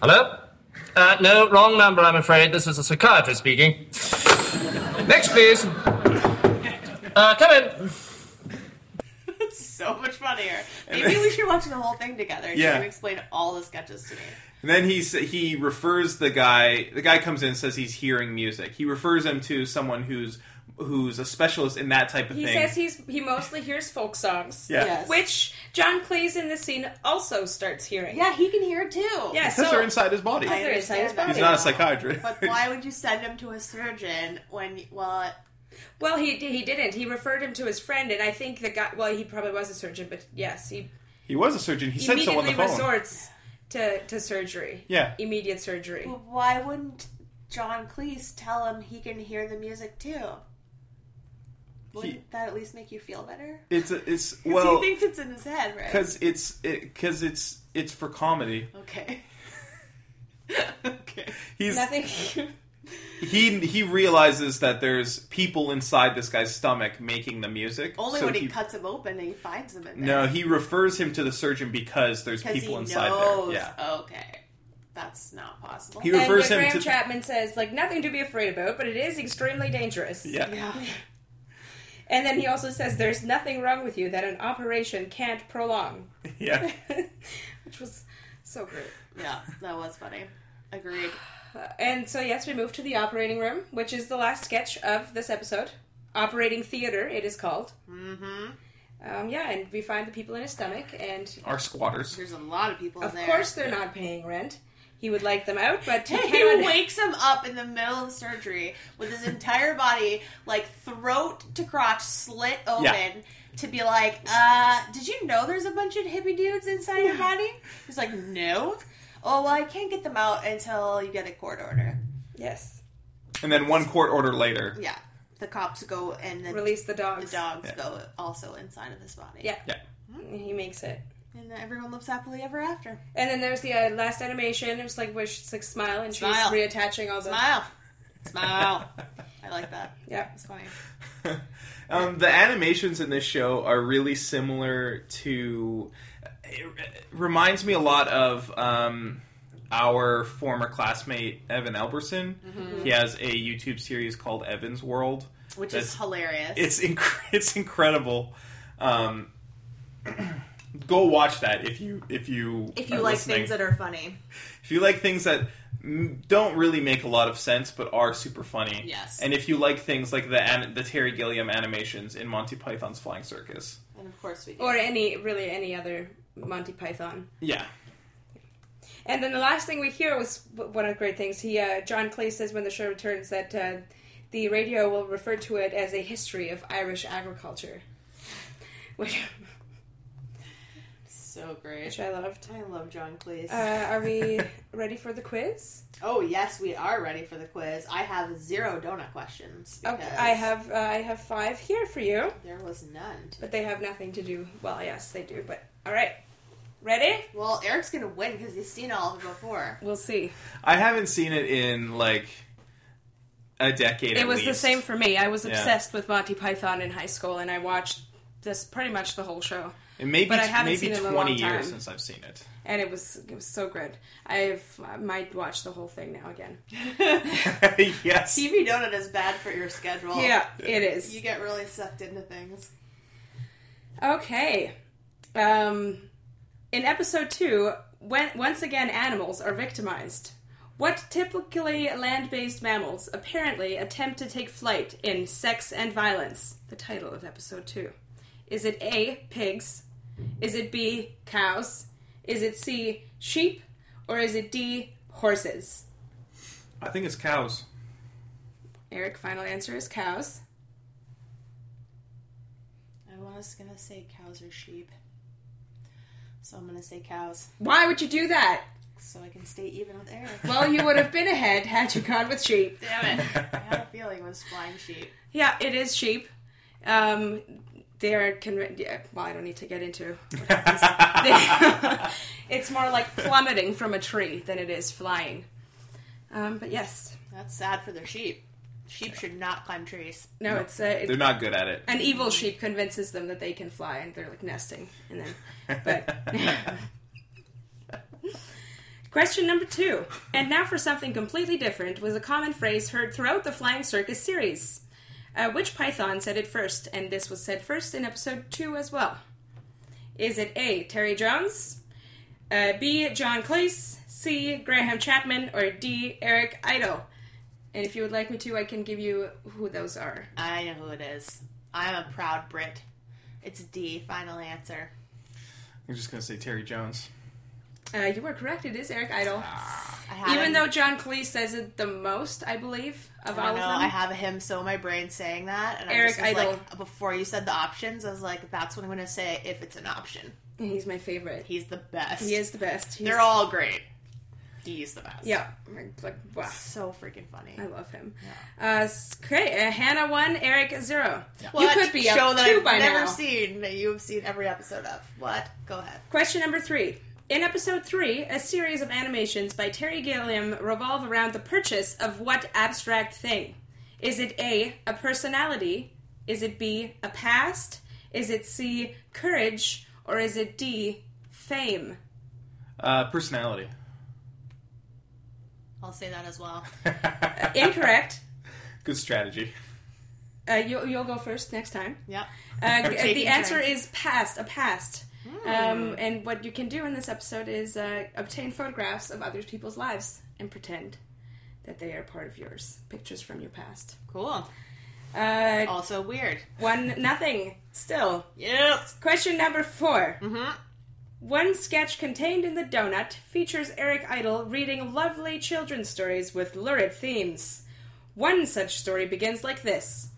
Speaker 13: Hello? Uh, no, wrong number, I'm afraid. This is a psychiatrist speaking. Next, please. Uh, come in.
Speaker 3: It's <laughs> so much funnier. Maybe we should watch the whole thing together. and
Speaker 5: Yeah.
Speaker 3: You can explain all the sketches to me.
Speaker 5: And then he s- he refers the guy. The guy comes in and says he's hearing music. He refers him to someone who's who's a specialist in that type of
Speaker 4: He
Speaker 5: thing.
Speaker 4: says he's he mostly hears folk songs.
Speaker 5: Yeah. Yes.
Speaker 4: Which John Cleese in this scene also starts hearing.
Speaker 3: Yeah, he can hear it too.
Speaker 4: Yeah,
Speaker 5: Because they're inside his body.
Speaker 4: Because they're inside his
Speaker 3: He's
Speaker 4: body.
Speaker 5: he's not a psychiatrist.
Speaker 3: But why would you send him to a surgeon when, well,
Speaker 4: Well, he he didn't. He referred him to his friend, and I think the guy. Well, he probably was a surgeon, but yes, he
Speaker 5: <laughs> He was a surgeon. He said so on the
Speaker 4: immediately
Speaker 5: phone.
Speaker 4: resorts to to surgery.
Speaker 5: Yeah.
Speaker 4: immediate surgery.
Speaker 3: why wouldn't John Cleese tell him he can hear the music too? Wouldn't that at least make you feel better?
Speaker 5: It's a, it's
Speaker 3: 'Cause
Speaker 5: well
Speaker 3: he thinks it's in his head, right?
Speaker 5: because it's because it's it's for comedy. <laughs>
Speaker 3: Okay.
Speaker 4: <laughs>
Speaker 5: He's
Speaker 4: Nothing.
Speaker 5: he he realizes that there's people inside this guy's stomach making the music.
Speaker 3: Only
Speaker 5: so
Speaker 3: when he, cuts him open and he finds him in there.
Speaker 5: No, he refers him to the surgeon because there's
Speaker 3: Because
Speaker 5: people
Speaker 3: he
Speaker 5: inside
Speaker 3: knows. Oh,
Speaker 5: there. Yeah.
Speaker 3: Okay. That's not possible.
Speaker 5: He refers
Speaker 4: and
Speaker 5: him
Speaker 4: what Graham
Speaker 5: to-
Speaker 4: Chapman says like nothing to be afraid about, but it is extremely dangerous.
Speaker 5: Yeah.
Speaker 4: And then he also says there's nothing wrong with you that an operation can't prolong,
Speaker 5: Yeah.
Speaker 3: <laughs>
Speaker 4: which was so great.
Speaker 3: Yeah, that was funny. Agreed.
Speaker 4: And so yes, we move to the operating room, which is the last sketch of this episode. Operating theater, it is called.
Speaker 3: Mm-hmm.
Speaker 4: Um, yeah, and we find the people in his stomach, and
Speaker 5: Are squatters.
Speaker 3: There's a lot of people in
Speaker 4: of
Speaker 3: there.
Speaker 4: course they're not paying rent. He would like them out, but he
Speaker 3: He
Speaker 4: cannot-
Speaker 3: wakes him up in the middle of surgery with his entire body, like throat to crotch, slit open.
Speaker 4: Yeah.
Speaker 3: To be like, uh, did you know there's a bunch of hippie dudes inside your body? He's like, no. Oh, well, I can't get them out until you get a court order.
Speaker 4: Yes.
Speaker 5: And then one court order later.
Speaker 3: Yeah. The cops go and then
Speaker 4: release the dogs.
Speaker 3: The dogs
Speaker 5: Yeah.
Speaker 3: go also inside of his body.
Speaker 4: Yeah.
Speaker 5: Yeah.
Speaker 4: And he makes it.
Speaker 3: And then everyone lives happily ever after.
Speaker 4: And then there's the uh, last animation. It was like where she's like smile and
Speaker 3: Smile.
Speaker 4: she's reattaching all the
Speaker 3: smile, <laughs> smile. I like that.
Speaker 4: Yeah,
Speaker 3: it's funny.
Speaker 5: Um, the animations in this show are really similar to. It reminds me a lot of um, our former classmate Evan Elberson.
Speaker 3: Mhm.
Speaker 5: He has a YouTube series called Evan's World,
Speaker 3: Which
Speaker 5: that's-
Speaker 3: is hilarious.
Speaker 5: It's inc- <laughs> it's incredible. Um, <clears throat> go watch that if you if you
Speaker 3: if you like
Speaker 5: listening.
Speaker 3: things that are funny.
Speaker 5: if you like things that mm, don't really make a lot of sense but are super funny.
Speaker 3: Yes.
Speaker 5: And if you like things like the an- the Terry Gilliam animations in Monty Python's Flying Circus.
Speaker 3: And of course we do.
Speaker 4: or any really any other Monty Python.
Speaker 5: Yeah.
Speaker 4: And then the last thing we hear was w- one of the great things. He uh, John Clay says when the show returns that uh, the radio will refer to it as a history of Irish agriculture, <laughs> which
Speaker 3: so great,
Speaker 4: which I loved.
Speaker 3: I love John Cleese.
Speaker 4: Uh, are <laughs> we ready for the quiz?
Speaker 3: oh yes, we are ready for the quiz. I have zero donut questions. Because
Speaker 4: Okay, I have uh, I have five here for you,
Speaker 3: There was none.
Speaker 4: but they have nothing to do. Well, yes, they do. But all right, ready?
Speaker 3: Well, Eric's gonna win because he's seen all of them before.
Speaker 4: We'll see.
Speaker 5: I haven't seen it in like a decade.
Speaker 4: It
Speaker 5: at
Speaker 4: was the
Speaker 5: least.
Speaker 4: same for me. I was
Speaker 5: Yeah.
Speaker 4: obsessed with Monty Python in high school, and I watched this pretty much the whole show.
Speaker 5: It may be
Speaker 4: but I
Speaker 5: t-
Speaker 4: haven't
Speaker 5: maybe
Speaker 4: seen it in a long
Speaker 5: twenty years
Speaker 4: time.
Speaker 5: since I've seen it.
Speaker 4: and it was it was so good. I've I might watch the whole thing now again.
Speaker 5: <laughs> yes,
Speaker 3: TV donut is bad for your schedule.
Speaker 4: Yeah, it is.
Speaker 3: Oh. You get really sucked into things.
Speaker 4: Okay, um, in episode two, when once again animals are victimized. What typically land-based mammals apparently attempt to take flight in Sex and Violence? The title of episode 2. Is it A, pigs? Is it B, cows? Is it C, sheep? Or is it D, horses?
Speaker 5: I think it's cows.
Speaker 4: Eric, final answer is cows.
Speaker 3: I was gonna say cows or sheep, so I'm gonna say cows
Speaker 4: Why would you do that?
Speaker 3: so I can stay even with <laughs> Eric.
Speaker 4: Well, you would have been ahead had you gone with sheep.
Speaker 3: Damn it! I had a feeling it was flying sheep.
Speaker 4: Yeah, it is sheep. Um, they're con- yeah, well, I don't need to get into. What <laughs> happens. They- it's more like plummeting from a tree than it is flying. Um, but yes,
Speaker 3: that's sad for their sheep. Sheep should not climb trees.
Speaker 4: No, it's uh, it-
Speaker 5: They're not good at it.
Speaker 4: <laughs> An evil sheep convinces them that they can fly, and they're like nesting. And then, but <laughs> question number two, and now for something completely different, was a common phrase heard throughout the Flying Circus series. Uh, which Python said it first, and this was said first in episode two as well. Is it A. Terry Jones, uh, B. John Cleese, C. Graham Chapman, or D. Eric Idle? And if you would like me to, I can give you who those are.
Speaker 3: I know who it is. I'm a proud Brit. It's D. Final answer.
Speaker 5: I'm just gonna say Terry Jones.
Speaker 4: Uh, you are correct. It is Eric Idle.
Speaker 3: had
Speaker 4: Even
Speaker 3: him.
Speaker 4: though John Cleese says it the most, I believe, of
Speaker 3: I
Speaker 4: all
Speaker 3: know,
Speaker 4: of them.
Speaker 3: I have him so in my brain saying that, and
Speaker 4: Eric
Speaker 3: I just was
Speaker 4: Idle.
Speaker 3: like, before you said the options, I was like, that's what I'm gonna say if it's an option.
Speaker 4: He's my favorite.
Speaker 3: He's the best.
Speaker 4: He is the best. He's-
Speaker 3: They're all great. He's the best.
Speaker 4: Yeah. Like, wow.
Speaker 3: So freaking funny.
Speaker 4: I love him. Uh, s- okay, uh, Hannah one, Eric zero.
Speaker 3: What
Speaker 4: You could be
Speaker 3: show
Speaker 4: up
Speaker 3: that
Speaker 4: two
Speaker 3: I've
Speaker 4: by
Speaker 3: never
Speaker 4: now.
Speaker 3: seen that you have seen every episode of. What? Go ahead.
Speaker 4: Question number three. In episode three, a series of animations by Terry Gilliam revolve around the purchase of what abstract thing? Is it A, a personality? Is it B, a past? Is it C, courage? Or is it D, fame?
Speaker 5: Uh, personality.
Speaker 3: I'll say that as
Speaker 4: <laughs>
Speaker 3: well.
Speaker 4: Uh, incorrect.
Speaker 5: Good strategy.
Speaker 4: Uh, you, you'll go first next time.
Speaker 3: Yeah.
Speaker 4: Uh,
Speaker 5: We're
Speaker 4: g-
Speaker 5: taking
Speaker 4: the answer
Speaker 5: turns. Hmm.
Speaker 4: is past, a past. Um, and what you can do in this episode is uh, obtain photographs of other people's lives and pretend that they are part of yours. Pictures from your past.
Speaker 3: Cool.
Speaker 4: Uh,
Speaker 5: Oh.
Speaker 3: also weird.
Speaker 4: One nothing still.
Speaker 3: Yes.
Speaker 4: Question number 4 Mm-hmm. One sketch contained in the donut features Eric Idle reading lovely children's stories with lurid themes. One such story begins like this.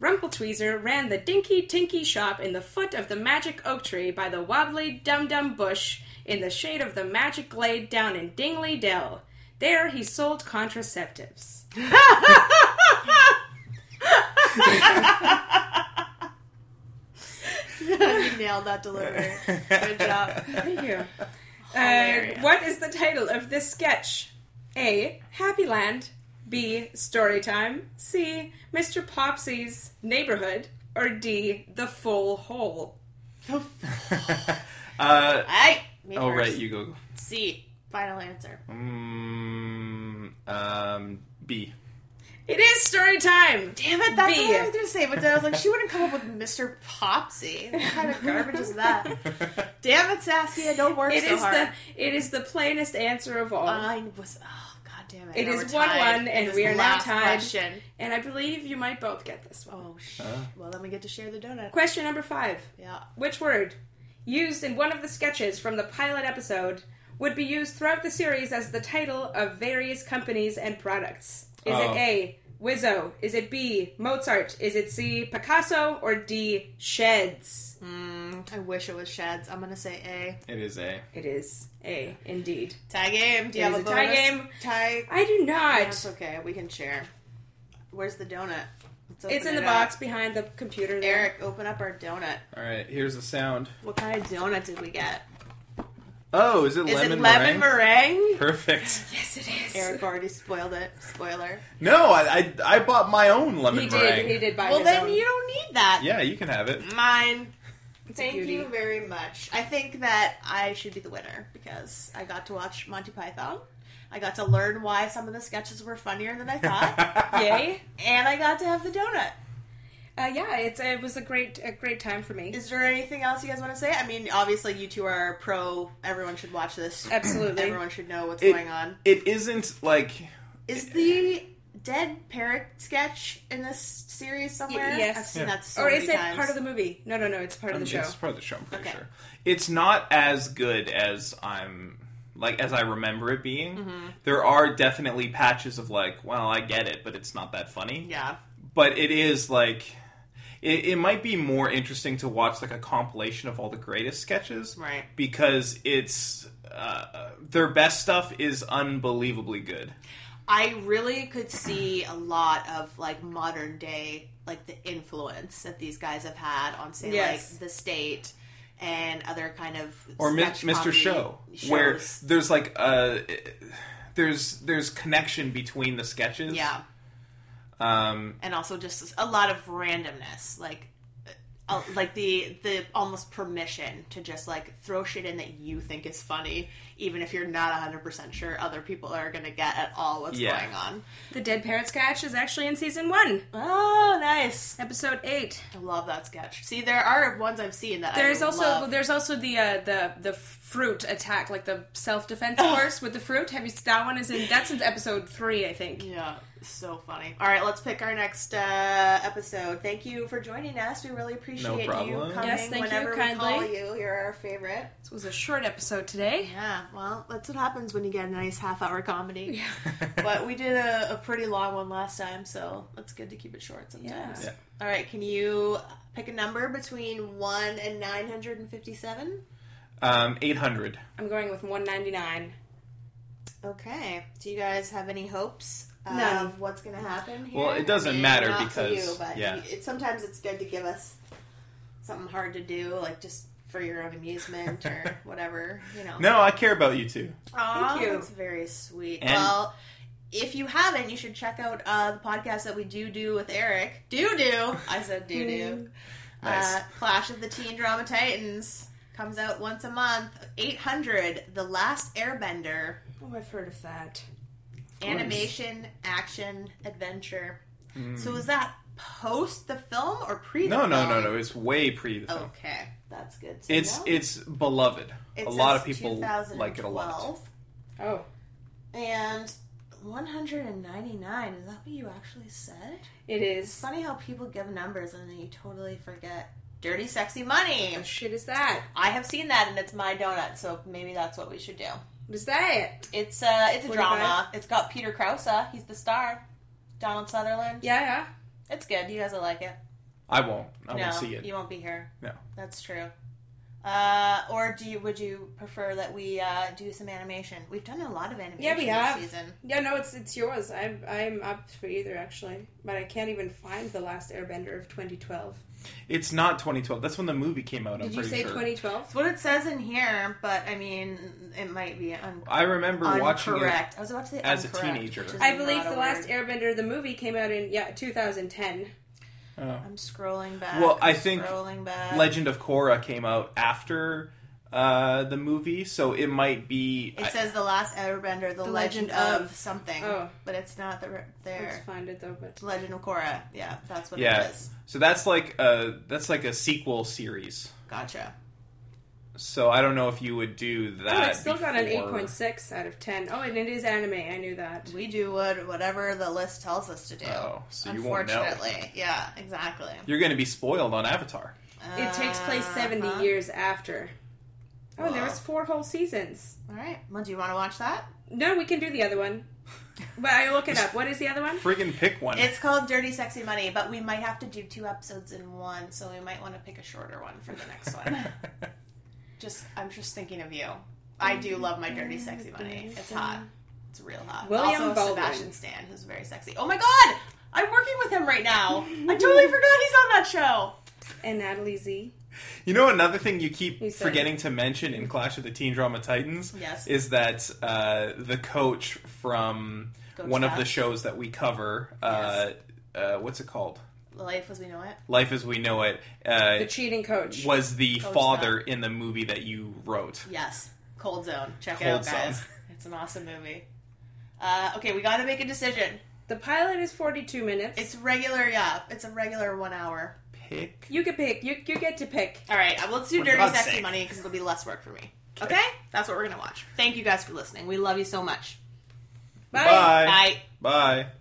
Speaker 4: Rumpeltweezer ran the dinky tinky shop in the foot of the magic oak tree by the wobbly dum dum bush in the shade of the magic glade down in Dingley Dell. There he sold contraceptives.
Speaker 3: you nailed that delivery. Good
Speaker 4: <laughs>
Speaker 3: job. <laughs>
Speaker 4: Thank you. Uh,
Speaker 3: Hilarious.
Speaker 4: what is the title of this sketch? A. Happy Land. B. Storytime. C. Mr. Popsy's Neighborhood. Or D. The Full Hole.
Speaker 5: Uh,
Speaker 3: I. me
Speaker 5: oh right,
Speaker 3: first.
Speaker 5: you go.
Speaker 3: C. Final answer.
Speaker 5: Mm, um, B.
Speaker 4: It is story time.
Speaker 3: Damn it, that's
Speaker 4: B.
Speaker 3: what I was gonna say. But then I was like, she wouldn't come up with Mr. Popsy. What kind of garbage is that? Damn it, Saskia, don't work
Speaker 4: It
Speaker 3: so
Speaker 4: is
Speaker 3: hard.
Speaker 4: the it is the plainest answer of all.
Speaker 3: I was oh god damn it.
Speaker 4: It
Speaker 3: now
Speaker 4: is
Speaker 3: we're
Speaker 4: one
Speaker 3: tied.
Speaker 4: one,
Speaker 3: It
Speaker 4: and
Speaker 3: is
Speaker 4: we
Speaker 3: the
Speaker 4: are now
Speaker 3: last
Speaker 4: tied.
Speaker 3: question.
Speaker 4: And I believe you might both get this one.
Speaker 3: Oh shit! Well, then we get to share the donut.
Speaker 4: Question number five.
Speaker 3: Yeah.
Speaker 4: Which word, used in one of the sketches from the pilot episode, would be used throughout the series as the title of various companies and products? Is
Speaker 3: Oh.
Speaker 4: it A, Wizzo? Is it B, Mozart? Is it C, Picasso? Or D, Sheds?
Speaker 3: Mm, I wish it was sheds. I'm gonna say A.
Speaker 5: It is A.
Speaker 4: It is A, indeed.
Speaker 3: Tie game. Do you
Speaker 4: It
Speaker 3: have
Speaker 4: is
Speaker 3: a,
Speaker 4: a tie
Speaker 3: bonus?
Speaker 4: game.
Speaker 3: Tie.
Speaker 4: I do not.
Speaker 3: That's okay. We can share. Where's the donut? Let's
Speaker 4: It's
Speaker 3: open
Speaker 4: in
Speaker 3: it
Speaker 4: the
Speaker 3: up.
Speaker 4: box behind the computer there.
Speaker 3: Eric, open up our donut.
Speaker 5: All right, here's the sound.
Speaker 3: What kind of donut did we get?
Speaker 5: Oh, is it
Speaker 3: Is
Speaker 5: lemon?
Speaker 3: it lemon meringue?
Speaker 5: Perfect.
Speaker 4: Yes, it is.
Speaker 3: Eric already spoiled it. Spoiler.
Speaker 5: No, I, I I bought my own lemon meringue.
Speaker 4: did
Speaker 3: Well, then you don't need that.
Speaker 5: Yeah, you can have it.
Speaker 3: Mine.
Speaker 4: It's
Speaker 3: Thank
Speaker 4: beauty.
Speaker 3: you very much. I think that I should be the winner because I got to watch Monty Python. I got to learn why some of the sketches were funnier than I
Speaker 5: <laughs>
Speaker 3: thought.
Speaker 4: Yay.
Speaker 3: And I got to have the donut.
Speaker 4: Uh, yeah, it's it was a great a great time for me.
Speaker 3: Is there anything else you guys want to say? I mean, obviously you two are pro. Everyone should watch this.
Speaker 4: Absolutely.
Speaker 3: Everyone should know what's
Speaker 5: It-
Speaker 3: going on.
Speaker 5: It isn't like
Speaker 3: Is the dead parrot sketch in this series somewhere?
Speaker 4: Y- yes.
Speaker 3: I've seen that so
Speaker 4: or is
Speaker 3: many
Speaker 4: it
Speaker 3: times.
Speaker 4: part of the movie? No, no, no. It's part of the show.
Speaker 5: Um, It's part of the show. I'm pretty
Speaker 4: Okay.
Speaker 5: sure. It's not as good as I'm like as I remember it being.
Speaker 4: Mm-hmm.
Speaker 3: Mhm.
Speaker 5: There are definitely patches of like, well, I get it, but it's not that funny.
Speaker 3: Yeah.
Speaker 5: But it is like it, it might be more interesting to watch like a compilation of all the greatest sketches,
Speaker 3: Right.
Speaker 5: Because it's uh, their best stuff is unbelievably good.
Speaker 3: I really could see a lot of like modern day, like the influence that these guys have had on, say,
Speaker 5: Yes.
Speaker 3: like the state and other kind of
Speaker 5: or Mi-
Speaker 3: sketch
Speaker 5: Mr.
Speaker 3: comedy
Speaker 5: Show,
Speaker 3: shows.
Speaker 5: where there's like a uh, there's there's connection between the sketches.
Speaker 3: Yeah.
Speaker 5: Um,
Speaker 3: and also just a lot of randomness, like uh, like the the almost permission to just like throw shit in that you think is funny, even if you're not 100 percent sure other people are gonna get at all what's
Speaker 5: Yeah.
Speaker 3: going on.
Speaker 4: The Dead Parrot sketch is actually in season one.
Speaker 3: Oh, nice!
Speaker 4: Episode eight.
Speaker 3: I love that sketch. See, there are ones I've seen that I
Speaker 4: There's also
Speaker 3: love.
Speaker 4: there's also the uh, the the fruit attack, like the self defense
Speaker 3: Oh.
Speaker 4: course with the fruit. Have you that one is in that's in episode three, I think.
Speaker 3: Yeah, so funny. All right, let's pick our next uh, episode. Thank you for joining us. We really appreciate you
Speaker 4: problem.
Speaker 3: coming
Speaker 4: Yes, thank you
Speaker 3: whenever we call
Speaker 4: kindly.
Speaker 3: you. You're our favorite.
Speaker 4: This was a short episode today.
Speaker 3: Yeah, well, that's what happens when you get a nice half-hour comedy. <laughs> but we did a, a pretty long one last time, so it's good to keep it short sometimes.
Speaker 4: Yeah.
Speaker 3: All
Speaker 4: Yeah.
Speaker 3: right, can you pick a number between one and nine hundred and fifty-seven?
Speaker 5: um, eight hundred.
Speaker 4: I'm going with 199.
Speaker 3: Okay. Do you guys have any hopes of
Speaker 4: None.
Speaker 3: what's going to happen here?
Speaker 5: Well, it doesn't
Speaker 3: I mean,
Speaker 5: matter
Speaker 3: not to
Speaker 5: because-
Speaker 3: you, but
Speaker 5: yeah.
Speaker 3: you- it, sometimes it's good to give us something hard to do, like just for your own amusement
Speaker 5: <laughs>
Speaker 3: or whatever. You know.
Speaker 5: No, I care about you too.
Speaker 3: Aw,
Speaker 4: Thank you.
Speaker 3: That's very sweet.
Speaker 5: And-
Speaker 3: well, if you haven't, you should check out uh, the podcast that we do do with Eric. Do do. I said do
Speaker 4: <laughs>
Speaker 3: do.
Speaker 5: Nice.
Speaker 3: uh, Clash of the Teen Drama Titans comes out once a month. 800, The Last Airbender.
Speaker 4: Oh, I've heard of that. course.
Speaker 3: Animation, action, adventure.
Speaker 5: Mm.
Speaker 3: So is that post the film or pre the
Speaker 5: No,
Speaker 3: film?
Speaker 5: no, no, no. It's way pre
Speaker 3: Oh.
Speaker 5: the film.
Speaker 3: Okay, that's good. to
Speaker 5: It's
Speaker 3: know.
Speaker 5: it's beloved.
Speaker 3: It
Speaker 5: a lot of
Speaker 3: says
Speaker 5: people like it a lot.
Speaker 3: 2012.
Speaker 4: Oh.
Speaker 3: And 199, is that what you actually said?
Speaker 4: It
Speaker 3: It's
Speaker 4: is.
Speaker 3: funny how people give numbers and then you totally forget. Dirty Sexy Money!
Speaker 4: What shit is that?
Speaker 3: I have seen that and it's my donut, so maybe that's what we should do.
Speaker 4: What is that?
Speaker 3: It's uh, it's a
Speaker 4: 45?
Speaker 3: drama. It's got Peter Krause. He's the star. Donald Sutherland.
Speaker 4: Yeah, yeah.
Speaker 3: It's good. You guys will like it.
Speaker 5: I won't. I
Speaker 3: no,
Speaker 5: won't see it.
Speaker 3: you won't be here.
Speaker 5: No.
Speaker 3: That's true. Uh, or do you? Would you prefer that we uh, do some animation? We've done a lot of animation
Speaker 4: Yeah, we
Speaker 3: this
Speaker 4: have.
Speaker 3: season.
Speaker 4: Yeah, no, it's it's yours. I'm I'm up for either actually, but I can't even find the last Airbender of 2012.
Speaker 5: It's not 2012. That's when the movie came out. I'm
Speaker 4: Did you
Speaker 5: pretty
Speaker 4: say
Speaker 5: sure.
Speaker 4: 2012?
Speaker 3: It's what it says in here, but I mean, it might be un-
Speaker 5: I remember watching
Speaker 3: Incorrect.
Speaker 5: it
Speaker 3: I was about to say
Speaker 5: as a
Speaker 3: incorrect,
Speaker 5: teenager.
Speaker 3: which is
Speaker 4: I believe
Speaker 3: not a
Speaker 4: the last
Speaker 3: word.
Speaker 4: Airbender the movie came out in yeah 2010.
Speaker 5: Oh.
Speaker 3: I'm scrolling back.
Speaker 5: Well,
Speaker 3: i
Speaker 5: I think
Speaker 3: scrolling back.
Speaker 5: Legend of Korra came out after uh, the movie, so it might be.
Speaker 3: It
Speaker 5: I-
Speaker 3: says the last Airbender, the, legend,
Speaker 4: Legend
Speaker 3: of,
Speaker 4: of-
Speaker 3: something,
Speaker 4: Oh.
Speaker 3: but it's not the re- there.
Speaker 4: Let's find it though. But
Speaker 3: Legend of Korra. Yeah, that's what
Speaker 5: yeah.
Speaker 3: it is.
Speaker 5: So that's like a that's like a sequel series.
Speaker 3: Gotcha.
Speaker 5: So I don't know if you would do that.
Speaker 4: oh, it's still got an
Speaker 5: Uh, before-
Speaker 4: 8.6 out of 10. Oh, and it is anime. I knew that.
Speaker 3: We do what whatever the list tells us to do.
Speaker 5: Oh, so you won't know.
Speaker 3: unfortunately, yeah, exactly.
Speaker 5: You're going to be spoiled on Avatar.
Speaker 4: It takes place 70
Speaker 3: Uh-huh.
Speaker 4: years after. Oh, and there
Speaker 3: Wow.
Speaker 4: was four whole seasons.
Speaker 3: All right. Well, do you want to watch that?
Speaker 4: No, we can do the other
Speaker 3: <laughs>
Speaker 4: one. But I look it up. What is the other one?
Speaker 5: Friggin' pick one.
Speaker 3: It's called Dirty Sexy Money, but we might have to do two episodes in one, so we might want to pick a shorter one for the next
Speaker 5: <laughs>
Speaker 3: one. just, I'm just thinking of you. I do love my Dirty Sexy Money. It's hot. It's real hot.
Speaker 4: William
Speaker 3: also,
Speaker 4: Baldwin.
Speaker 3: Sebastian Stan, who's very sexy. Oh my God! I'm working with him right now. I
Speaker 5: <laughs>
Speaker 3: totally forgot he's on that show.
Speaker 4: And Natalie Z.
Speaker 5: <laughs> You know, another thing you keep
Speaker 4: You said
Speaker 5: forgetting to mention in Clash of the Teen Drama Titans
Speaker 3: Yes.
Speaker 5: is that uh, the coach from
Speaker 3: Coach
Speaker 5: one of
Speaker 3: Zach.
Speaker 5: the shows that we cover, uh, uh, what's it called?
Speaker 3: Life as we know it.
Speaker 5: Life as We Know It, uh,
Speaker 4: The cheating coach.
Speaker 5: was the
Speaker 3: Coach
Speaker 5: father in the movie that you wrote.
Speaker 3: Yes, Cold Zone. Check it
Speaker 5: Cold
Speaker 3: out, guys.
Speaker 5: Zone.
Speaker 3: It's an awesome movie. Uh, okay, we got to make a decision.
Speaker 4: The pilot is 42 minutes.
Speaker 3: It's regular, yeah. It's a regular one hour.
Speaker 5: Pick.
Speaker 4: you can pick. You, you get to pick.
Speaker 3: All right, uh, let's do
Speaker 5: For
Speaker 3: Dirty
Speaker 5: God's
Speaker 3: Sexy
Speaker 5: sake.
Speaker 3: Money because it'll be less work for me. Okay, that's what we're gonna watch. Thank you guys for listening. We love you so much.
Speaker 5: Bye.
Speaker 3: Bye.
Speaker 5: Bye.